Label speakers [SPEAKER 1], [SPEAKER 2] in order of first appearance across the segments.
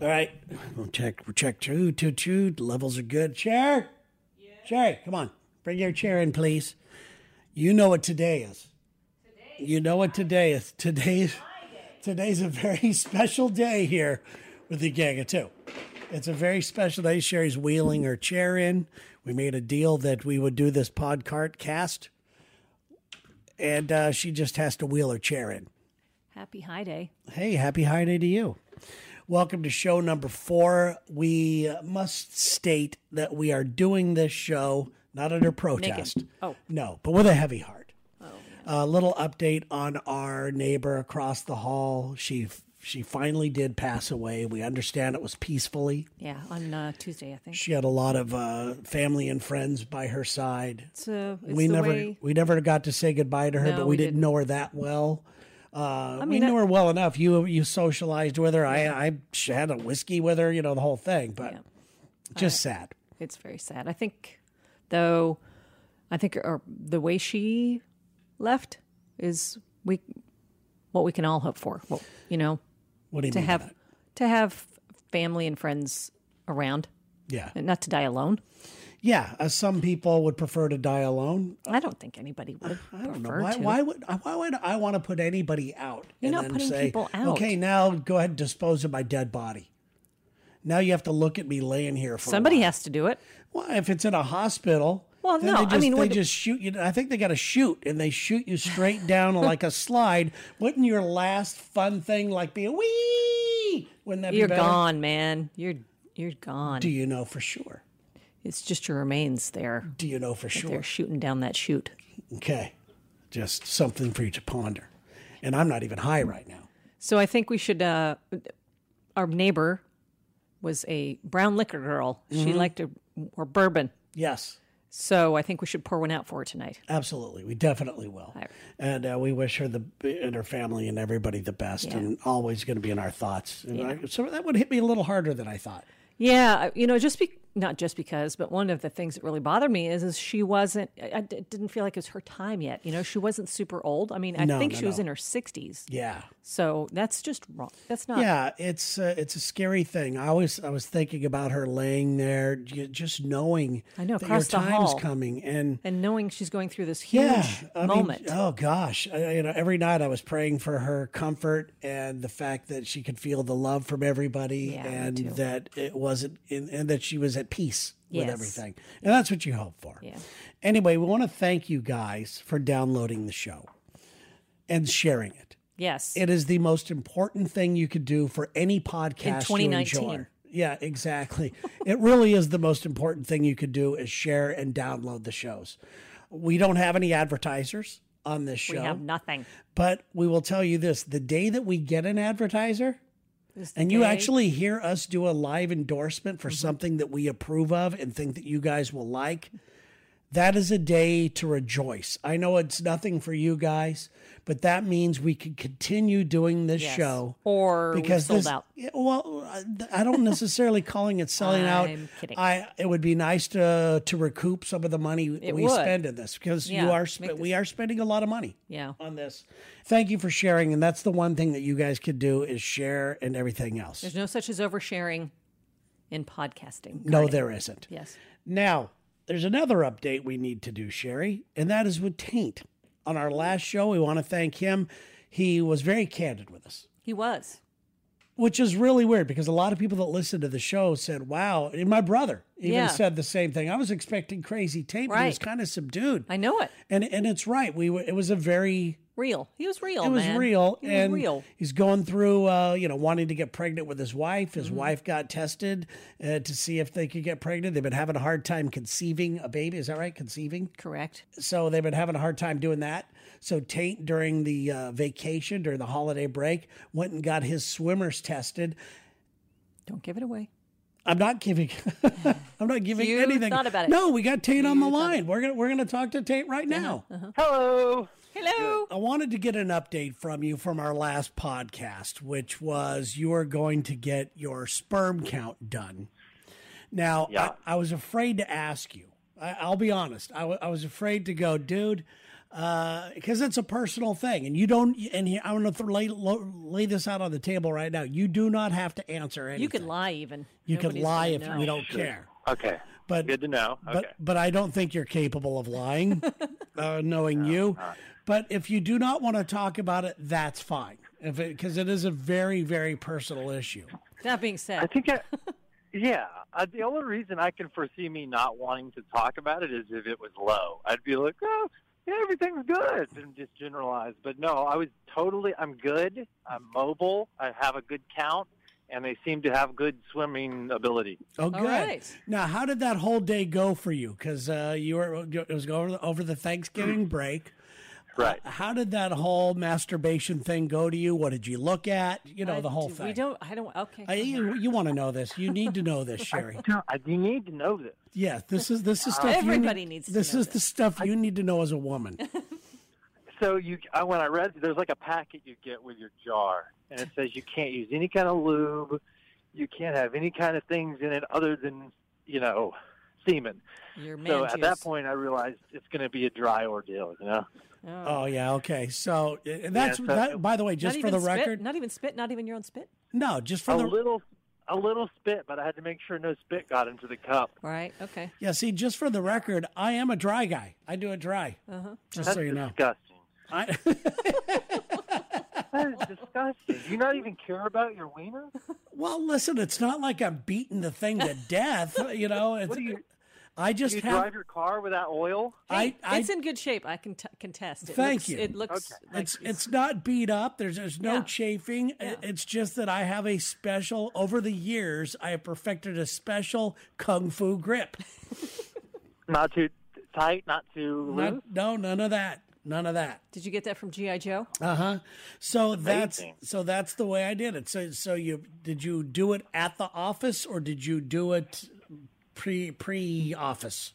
[SPEAKER 1] All right. We'll check. We'll check. Two, two, two. Levels are good. Chair. Chair. Come on. Bring your chair in, please. You know what today is. You know what today is. Today's today's a very special day here with the Gang of Two. It's a very special day. Sherry's wheeling her chair in. We made a deal that we would do this podcast cast, and uh, she just has to wheel her chair in.
[SPEAKER 2] Happy High Day.
[SPEAKER 1] Hey, happy high day to you. Welcome to show number four. We must state that we are doing this show not under protest.
[SPEAKER 2] Oh.
[SPEAKER 1] No, but with a heavy heart. A little update on our neighbor across the hall. She she finally did pass away. We understand it was peacefully.
[SPEAKER 2] Yeah, on uh, Tuesday, I think.
[SPEAKER 1] She had a lot of uh, family and friends by her side
[SPEAKER 2] So it's
[SPEAKER 1] we
[SPEAKER 2] the
[SPEAKER 1] never
[SPEAKER 2] way-
[SPEAKER 1] we never got to say goodbye to her,
[SPEAKER 2] No,
[SPEAKER 1] but we,
[SPEAKER 2] we
[SPEAKER 1] didn't,
[SPEAKER 2] didn't.
[SPEAKER 1] know her that well. Uh,
[SPEAKER 2] mean,
[SPEAKER 1] we knew
[SPEAKER 2] I-
[SPEAKER 1] her well enough. You you socialized with her. I I sh- had a whiskey with her. You know the whole thing, but
[SPEAKER 2] Yeah.
[SPEAKER 1] just sad.
[SPEAKER 2] it's very sad. I think, though, I think or the way she left is we what we can all hope for. Well, you know,
[SPEAKER 1] What do you
[SPEAKER 2] to
[SPEAKER 1] mean?
[SPEAKER 2] have to have family and friends around,
[SPEAKER 1] yeah,
[SPEAKER 2] and not to die alone.
[SPEAKER 1] yeah. Uh, some people would prefer to die alone.
[SPEAKER 2] I don't think anybody would
[SPEAKER 1] I don't know
[SPEAKER 2] prefer
[SPEAKER 1] why.
[SPEAKER 2] to.
[SPEAKER 1] Why would uh, why would I want to put anybody out?
[SPEAKER 2] You're not putting
[SPEAKER 1] say,
[SPEAKER 2] people out.
[SPEAKER 1] Okay, now go ahead and dispose of my dead body. Now you have to look at me laying here for a
[SPEAKER 2] Somebody
[SPEAKER 1] while.
[SPEAKER 2] has to do it.
[SPEAKER 1] Well, if it's in a hospital,
[SPEAKER 2] Well,
[SPEAKER 1] then they
[SPEAKER 2] no, I
[SPEAKER 1] just,
[SPEAKER 2] mean,
[SPEAKER 1] they
[SPEAKER 2] what-
[SPEAKER 1] just shoot you. I think they got to shoot, and they shoot you straight down like a slide. Wouldn't your last fun thing like be a wee? Wouldn't that
[SPEAKER 2] You're
[SPEAKER 1] be better?
[SPEAKER 2] gone, man. You're you're gone.
[SPEAKER 1] Do you know for sure?
[SPEAKER 2] it's just your remains there.
[SPEAKER 1] Do you know for sure?
[SPEAKER 2] They're shooting down that chute.
[SPEAKER 1] Okay, just something for you to ponder. And I'm not even high right now.
[SPEAKER 2] So I think we should. Uh, our neighbor was a brown liquor girl. She liked a, or bourbon.
[SPEAKER 1] Yes,
[SPEAKER 2] So I think we should pour one out for her tonight.
[SPEAKER 1] absolutely. We definitely will. And uh, we wish her the and her family and everybody the best, and always going to be in our thoughts. And I, so that would hit me a little harder than I thought.
[SPEAKER 2] Yeah, I- you know, just be not just because, but one of the things that really bothered me is, is she wasn't. I, I d- didn't feel like it was her time yet. You know, she wasn't super old. I mean, I
[SPEAKER 1] No,
[SPEAKER 2] think
[SPEAKER 1] no,
[SPEAKER 2] she was
[SPEAKER 1] no.
[SPEAKER 2] in her sixties.
[SPEAKER 1] Yeah.
[SPEAKER 2] So that's just wrong. That's not.
[SPEAKER 1] Yeah, it's uh, it's a scary thing. I always I was thinking about her laying there, j- just knowing
[SPEAKER 2] I know,
[SPEAKER 1] that your
[SPEAKER 2] across the
[SPEAKER 1] time's
[SPEAKER 2] hall.
[SPEAKER 1] coming, and
[SPEAKER 2] And knowing she's going through this huge
[SPEAKER 1] yeah, I mean,
[SPEAKER 2] moment.
[SPEAKER 1] oh gosh, I, you know, every night I was praying for her comfort and the fact that she could feel the love from everybody,
[SPEAKER 2] Yeah, me
[SPEAKER 1] and
[SPEAKER 2] too.
[SPEAKER 1] that it wasn't, and, and that she was at peace with
[SPEAKER 2] Yes.
[SPEAKER 1] everything, and that's what you hope for.
[SPEAKER 2] Yeah.
[SPEAKER 1] Anyway, we want to thank you guys for downloading the show and sharing it.
[SPEAKER 2] yes.
[SPEAKER 1] It is the most important thing you could do for any podcast you
[SPEAKER 2] 2019.
[SPEAKER 1] enjoy. Yeah, exactly. it really is the most important thing you could do is share and download the shows. We don't have any advertisers on this
[SPEAKER 2] we
[SPEAKER 1] show,
[SPEAKER 2] have nothing.
[SPEAKER 1] but we will tell you this: the day that we get an advertiser,
[SPEAKER 2] It's the
[SPEAKER 1] and you
[SPEAKER 2] day-
[SPEAKER 1] actually hear us do a live endorsement
[SPEAKER 2] Mm-hmm.
[SPEAKER 1] for something that we approve of and think that you guys will like, that is a day to rejoice. I know it's nothing for you guys, but that means we can continue doing this
[SPEAKER 2] Yes.
[SPEAKER 1] show.
[SPEAKER 2] or because sold
[SPEAKER 1] this,
[SPEAKER 2] out.
[SPEAKER 1] Yeah, well, I- I don't necessarily calling it selling out.
[SPEAKER 2] I'm kidding.
[SPEAKER 1] I it would be nice to to recoup some of the money we
[SPEAKER 2] would.
[SPEAKER 1] spend in this because
[SPEAKER 2] Yeah,
[SPEAKER 1] you are
[SPEAKER 2] make
[SPEAKER 1] sp-
[SPEAKER 2] this-
[SPEAKER 1] we are spending a lot of money
[SPEAKER 2] Yeah.
[SPEAKER 1] on this. Thank you for sharing, and that's the one thing that you guys could do is share and everything else.
[SPEAKER 2] There's no such as oversharing in podcasting.
[SPEAKER 1] no, there isn't.
[SPEAKER 2] Yes.
[SPEAKER 1] Now, there's another update we need to do, Sherry, and that is with Taint. On our last show, we want to thank him. He was very candid with us.
[SPEAKER 2] He was.
[SPEAKER 1] which is really weird because a lot of people that listened to the show said, "Wow!" And my brother even
[SPEAKER 2] Yeah.
[SPEAKER 1] said the same thing. I was expecting crazy tape, but it was
[SPEAKER 2] Right.
[SPEAKER 1] kind of subdued.
[SPEAKER 2] I know it.
[SPEAKER 1] And and it's right. We were, it was a very
[SPEAKER 2] Real. He was real.
[SPEAKER 1] it was
[SPEAKER 2] man.
[SPEAKER 1] real
[SPEAKER 2] He was
[SPEAKER 1] and
[SPEAKER 2] real.
[SPEAKER 1] he's going through uh, you know wanting to get pregnant with his wife.
[SPEAKER 2] Mm-hmm.
[SPEAKER 1] His wife got tested uh, to see if they could get pregnant. They've been having a hard time conceiving a baby. Is that right? Conceiving
[SPEAKER 2] Correct.
[SPEAKER 1] so they've been having a hard time doing that. So Taint during the uh, vacation during the holiday break went and got his swimmers tested.
[SPEAKER 2] Don't give it away.
[SPEAKER 1] I'm not giving. I'm not giving
[SPEAKER 2] You
[SPEAKER 1] anything.
[SPEAKER 2] thought about it.
[SPEAKER 1] No, we got Tate on the line. We're gonna we're gonna talk to Tate right now.
[SPEAKER 3] Hello.
[SPEAKER 2] Hello.
[SPEAKER 1] I wanted to get an update from you from our last podcast, which was you are going to get your sperm count done. Now,
[SPEAKER 3] Yeah.
[SPEAKER 1] I, I was afraid to ask you. I, I'll be honest. I wa- I was afraid to go, dude. because it's a personal thing, and you don't. And here, I'm going to lay, lo- lay this out on the table right now. You do not have to answer anything.
[SPEAKER 2] You could lie even.
[SPEAKER 1] You could
[SPEAKER 2] Nobody's
[SPEAKER 1] lie
[SPEAKER 2] gonna
[SPEAKER 1] if
[SPEAKER 2] know.
[SPEAKER 1] you don't care.
[SPEAKER 3] Okay.
[SPEAKER 1] But
[SPEAKER 3] Good to know.
[SPEAKER 1] but
[SPEAKER 3] okay.
[SPEAKER 1] but I don't think you're capable of lying, uh, knowing you. But if you do not want to talk about it, that's fine. If because it is a very very personal issue.
[SPEAKER 2] That being
[SPEAKER 3] I
[SPEAKER 2] said,
[SPEAKER 3] think I, yeah. Uh, the only reason I can foresee me not wanting to talk about it is if it was low. I'd be like, oh, yeah, everything's good, and just generalize. But no, I was totally. I'm good. I'm mobile. I have a good count, and they seem to have good swimming ability.
[SPEAKER 1] Oh, good.
[SPEAKER 2] right.
[SPEAKER 1] Now, how did that whole day go for you? Because uh, you were it was over the, over the Thanksgiving break.
[SPEAKER 3] Right.
[SPEAKER 1] How did that whole masturbation thing go to you? What did you look at? You know,
[SPEAKER 2] I-
[SPEAKER 1] the whole
[SPEAKER 2] do-
[SPEAKER 1] thing.
[SPEAKER 2] We don't. I don't. Okay.
[SPEAKER 1] I, you want to know this. You need to know this, Sherry.
[SPEAKER 3] I, you need to know this.
[SPEAKER 1] Yeah, this is this is stuff.
[SPEAKER 2] Everybody
[SPEAKER 1] you need,
[SPEAKER 2] needs to
[SPEAKER 1] This
[SPEAKER 2] know
[SPEAKER 1] is the stuff you need to know as a woman.
[SPEAKER 3] So you, I, when I read, there's like a packet you get with your jar, and it says you can't use any kind of lube, you can't have any kind of things in it other than you know semen.
[SPEAKER 2] Your man
[SPEAKER 3] so at that
[SPEAKER 2] juice.
[SPEAKER 3] point, I realized it's going to be a dry ordeal. You know,
[SPEAKER 1] Oh yeah, okay. So uh, that's
[SPEAKER 3] so-
[SPEAKER 1] that. By the way,
[SPEAKER 2] Not
[SPEAKER 1] just for
[SPEAKER 2] even
[SPEAKER 1] the
[SPEAKER 2] spit,
[SPEAKER 1] record,
[SPEAKER 2] Not even spit. Not even your own spit.
[SPEAKER 1] no, just for
[SPEAKER 3] a
[SPEAKER 1] the
[SPEAKER 3] little, a little spit, but I had to make sure no spit got into the cup.
[SPEAKER 2] All right. Okay.
[SPEAKER 1] yeah. See, just for the record, I am a dry guy. I do it dry. Uh-huh. Just
[SPEAKER 3] That's
[SPEAKER 1] so you know,
[SPEAKER 3] disgusting.
[SPEAKER 1] I,
[SPEAKER 3] That is disgusting. Do you not even care about your wiener?
[SPEAKER 1] well, listen, it's not like I'm beating the thing to death. You know, it's,
[SPEAKER 3] do you-
[SPEAKER 1] I just
[SPEAKER 3] Do you
[SPEAKER 1] have.
[SPEAKER 3] drive your car without oil?
[SPEAKER 1] I, I
[SPEAKER 2] it's in good shape. I can t- contest. It
[SPEAKER 1] Thank
[SPEAKER 2] looks,
[SPEAKER 1] you.
[SPEAKER 2] It looks.
[SPEAKER 3] Okay.
[SPEAKER 2] Like
[SPEAKER 1] It's it's not beat up. There's there's no
[SPEAKER 2] Yeah.
[SPEAKER 1] chafing. I-
[SPEAKER 2] Yeah.
[SPEAKER 1] It's just that I have a special. Over the years, I have perfected a special kung fu grip.
[SPEAKER 3] Not too tight, not too loose.
[SPEAKER 1] Not- no, none of that. None of that.
[SPEAKER 2] Did you get that from GI Joe?
[SPEAKER 1] Uh huh. So
[SPEAKER 3] Amazing.
[SPEAKER 1] that's so that's the way I did it. So so you did you do it at the office or did you do it pre pre office?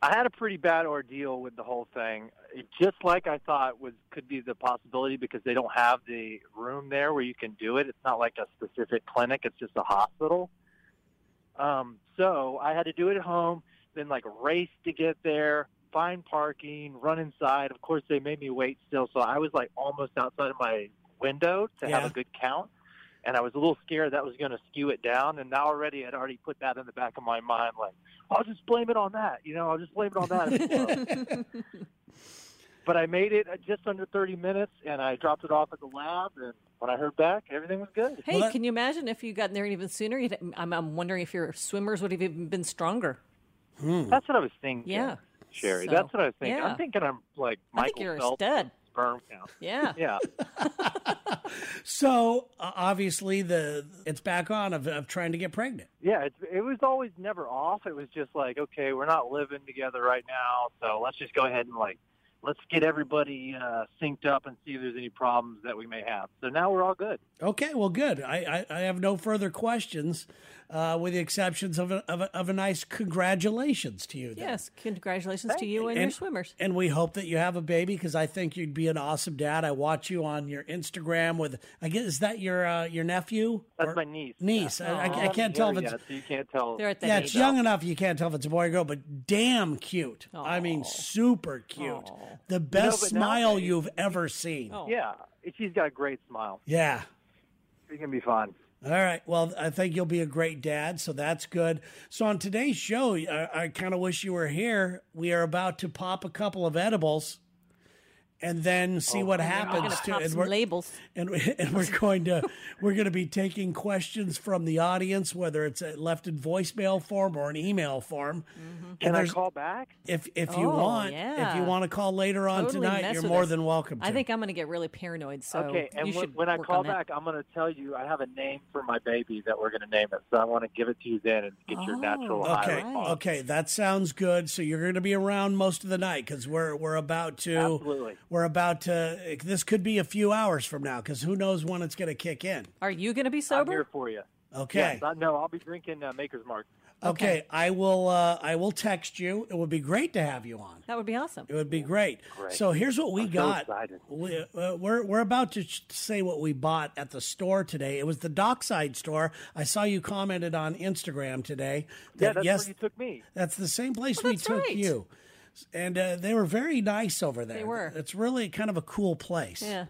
[SPEAKER 3] I had a pretty bad ordeal with the whole thing, It- just like I thought was could be the possibility because they don't have the room there where you can do it. It's not like a specific clinic; it's just a hospital. Um, so I had to do it at home, then like race to get there, find parking, run inside. Of course, they made me wait still, so I was like almost outside of my window to
[SPEAKER 1] Yeah.
[SPEAKER 3] have a good count. And I was a little scared that was going to skew it down. And now already, I'd already put that in the back of my mind, like I'll just blame it on that. You know, I'll just blame it on that. if it's low. but I made it at just under 30 minutes, and I dropped it off at the lab. And when I heard back, everything was good.
[SPEAKER 2] Hey,
[SPEAKER 1] Well, that-
[SPEAKER 2] can you imagine if you got in there even sooner? You'd, I'm, I'm wondering if your swimmers would have even been stronger.
[SPEAKER 3] That's what I was thinking.
[SPEAKER 2] Yeah.
[SPEAKER 3] Sherry.
[SPEAKER 2] So,
[SPEAKER 3] that's what I was thinking.
[SPEAKER 2] yeah.
[SPEAKER 3] I'm thinking I'm like
[SPEAKER 2] I
[SPEAKER 3] Michael
[SPEAKER 2] think you're a
[SPEAKER 3] Phelps
[SPEAKER 2] stud.
[SPEAKER 3] sperm count.
[SPEAKER 2] Yeah.
[SPEAKER 3] Yeah.
[SPEAKER 1] So uh, obviously the it's back on of, of trying to get pregnant.
[SPEAKER 3] Yeah, it, it was always never off. It was just like, okay, we're not living together right now, so let's just go ahead and like, let's get everybody uh, synced up and see if there's any problems that we may have. So now we're all good.
[SPEAKER 1] Okay, well, good. I, I, I have no further questions, uh, with the exceptions of a, of, a, of a nice congratulations to you. then.
[SPEAKER 2] Yes. Congratulations to you and, your swimmers.
[SPEAKER 1] And we hope that you have a baby because I think you'd be an awesome dad. I watch you on your Instagram with I guess is that your uh, your nephew?
[SPEAKER 3] That's
[SPEAKER 1] Or-
[SPEAKER 3] my niece.
[SPEAKER 1] Niece. I, I, I
[SPEAKER 3] I'm
[SPEAKER 1] can't
[SPEAKER 3] not
[SPEAKER 1] tell if
[SPEAKER 3] married
[SPEAKER 1] it's
[SPEAKER 3] yet, so you can't tell.
[SPEAKER 2] They're at the
[SPEAKER 1] yeah, it's young enough you can't tell if it's a boy or girl, but damn cute. I mean, super cute. Oh. The Oh. best
[SPEAKER 3] but
[SPEAKER 1] smile
[SPEAKER 3] nowadays-
[SPEAKER 1] you've ever seen.
[SPEAKER 3] Yeah, she's got a great smile.
[SPEAKER 1] Yeah.
[SPEAKER 3] She's gonna be fine.
[SPEAKER 1] All right. Well, I think you'll be a great dad, so that's good. So on today's show, I, I kind of wish you were here. We are about to pop a couple of edibles, and then see what
[SPEAKER 2] I'm going
[SPEAKER 1] happens
[SPEAKER 2] to
[SPEAKER 1] to.
[SPEAKER 2] pop
[SPEAKER 1] Oh, And
[SPEAKER 2] some
[SPEAKER 1] we're,
[SPEAKER 2] labels.
[SPEAKER 1] and, we- and we're going to we're going to be taking questions from the audience, whether it's uh, left in voicemail form or an email form. And
[SPEAKER 3] Can I
[SPEAKER 1] there's-
[SPEAKER 3] call back?
[SPEAKER 1] if if you
[SPEAKER 2] Oh,
[SPEAKER 1] want if
[SPEAKER 2] yeah.
[SPEAKER 1] you want to call later on
[SPEAKER 2] Totally
[SPEAKER 1] tonight,
[SPEAKER 2] mess
[SPEAKER 1] you're
[SPEAKER 2] with
[SPEAKER 1] more
[SPEAKER 2] us.
[SPEAKER 1] than welcome. To.
[SPEAKER 2] I think I'm going to get really paranoid. So
[SPEAKER 3] Okay, and
[SPEAKER 2] you
[SPEAKER 3] when,
[SPEAKER 2] should
[SPEAKER 3] when I
[SPEAKER 2] work
[SPEAKER 3] call
[SPEAKER 2] on that.
[SPEAKER 3] back, I'm going to tell you I have a name for my baby that we're going to name it. So I want to give it to you then and get your natural high
[SPEAKER 1] Oh. Okay,
[SPEAKER 3] response.
[SPEAKER 1] okay, that sounds good. So you're going to be around most of the night because we're we're about to
[SPEAKER 3] Absolutely.
[SPEAKER 1] we're about to. This could be a few hours from now because who knows when it's going to kick in.
[SPEAKER 2] Are you going to be
[SPEAKER 3] I'm here
[SPEAKER 2] sober?
[SPEAKER 3] for you.
[SPEAKER 1] Okay,
[SPEAKER 3] Yes, I, no, I'll be drinking uh, Maker's Mark.
[SPEAKER 1] okay, I will uh, I will text you. It would be great to have you on.
[SPEAKER 2] That would be awesome.
[SPEAKER 1] It would be great. So here's what we
[SPEAKER 3] I'm so
[SPEAKER 1] got.
[SPEAKER 3] excited.
[SPEAKER 1] we, uh, we're we're about to sh- say what we bought at the store today. It was the Dockside store. I saw you commented on Instagram today. That
[SPEAKER 3] Yeah, that's
[SPEAKER 1] yes,
[SPEAKER 3] where you took me.
[SPEAKER 1] that's the same place
[SPEAKER 2] Well,
[SPEAKER 1] we
[SPEAKER 2] that's
[SPEAKER 1] took
[SPEAKER 2] right.
[SPEAKER 1] you. and uh, they were very nice over there.
[SPEAKER 2] They were.
[SPEAKER 1] It's really kind of a cool place.
[SPEAKER 2] Yeah.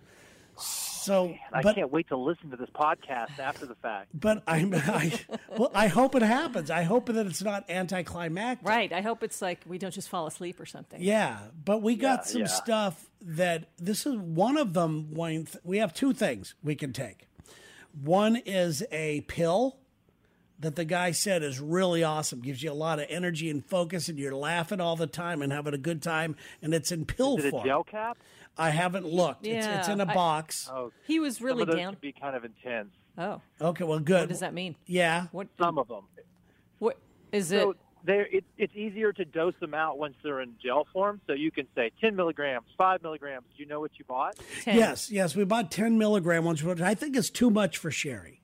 [SPEAKER 1] So,
[SPEAKER 3] I
[SPEAKER 1] but
[SPEAKER 3] can't wait to listen to this podcast after the fact.
[SPEAKER 1] but I'm I well, I hope it happens. I hope that it's not anticlimactic.
[SPEAKER 2] Right. I hope it's like we don't just fall asleep or something.
[SPEAKER 1] Yeah, but we got
[SPEAKER 3] Yeah,
[SPEAKER 1] some
[SPEAKER 3] yeah.
[SPEAKER 1] stuff that this is one of them. One th- we have two things we can take. One is a pill that the guy said is really awesome, gives you a lot of energy and focus, and you're laughing all the time and having a good time. And it's in pill
[SPEAKER 3] Is it a
[SPEAKER 1] form.
[SPEAKER 3] gel cap?
[SPEAKER 1] I haven't looked. It's, it's in a
[SPEAKER 2] Yeah, I-
[SPEAKER 1] box.
[SPEAKER 3] Oh,
[SPEAKER 2] He was
[SPEAKER 3] some
[SPEAKER 2] really
[SPEAKER 3] of those
[SPEAKER 2] down.
[SPEAKER 3] can be kind of intense.
[SPEAKER 2] Oh,
[SPEAKER 1] okay, well, good.
[SPEAKER 2] what does that mean?
[SPEAKER 1] Yeah.
[SPEAKER 2] What?
[SPEAKER 3] Some of them.
[SPEAKER 2] What is it?
[SPEAKER 3] So there, it, it's easier to dose them out once they're in gel form. So you can say 10 milligrams, 5 milligrams. Do you know what you bought?
[SPEAKER 2] 10?
[SPEAKER 1] Yes, yes. We bought 10 milligram ones, which I think is too much for Sherry.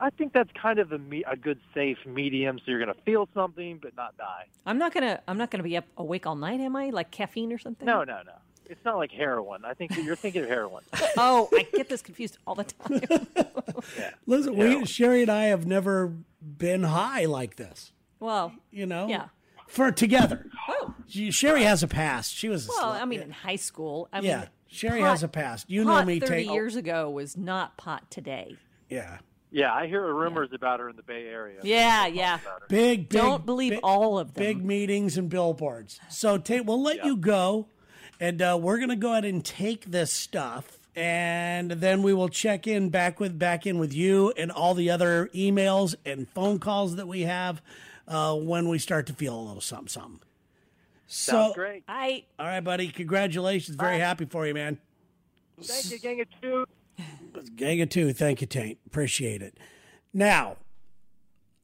[SPEAKER 3] I think that's kind of a, me- a good, safe medium. So you're going to feel something, but not die.
[SPEAKER 2] I'm not gonna. I'm not gonna be up awake all night, am I? Like caffeine or something?
[SPEAKER 3] No, no, no. It's not like heroin. I think you're thinking of heroin.
[SPEAKER 2] Oh, I get this confused all the time.
[SPEAKER 1] Listen,
[SPEAKER 3] Yeah.
[SPEAKER 1] we, Sherry and I have never been high like this,
[SPEAKER 2] Well,
[SPEAKER 1] you know?
[SPEAKER 2] Yeah.
[SPEAKER 1] For together.
[SPEAKER 2] oh,
[SPEAKER 1] She, Sherry has a past. She was a
[SPEAKER 2] well.
[SPEAKER 1] slut.
[SPEAKER 2] I mean, in high school, I
[SPEAKER 1] yeah.
[SPEAKER 2] mean,
[SPEAKER 1] Sherry
[SPEAKER 2] pot-
[SPEAKER 1] has a past. You know
[SPEAKER 2] pot
[SPEAKER 1] me.
[SPEAKER 2] thirty
[SPEAKER 1] take-
[SPEAKER 2] years ago was not pot today.
[SPEAKER 1] Yeah.
[SPEAKER 3] Yeah, I hear rumors about her in the Bay Area.
[SPEAKER 2] Yeah, yeah.
[SPEAKER 1] Big, big
[SPEAKER 2] Don't believe
[SPEAKER 1] big,
[SPEAKER 2] all of them.
[SPEAKER 1] big meetings and billboards. So Tate, we'll let you go, and uh, we're gonna go ahead and take this stuff, and then we will check in back with back in with you and all the other emails and phone calls that we have uh, when we start to feel a little something something. So,
[SPEAKER 3] Sounds great.
[SPEAKER 2] I
[SPEAKER 1] all right, buddy. Congratulations. Very happy for you, man.
[SPEAKER 3] Thank you, Gang of Two.
[SPEAKER 1] Gang of two. Thank you, Tate. Appreciate it. Now,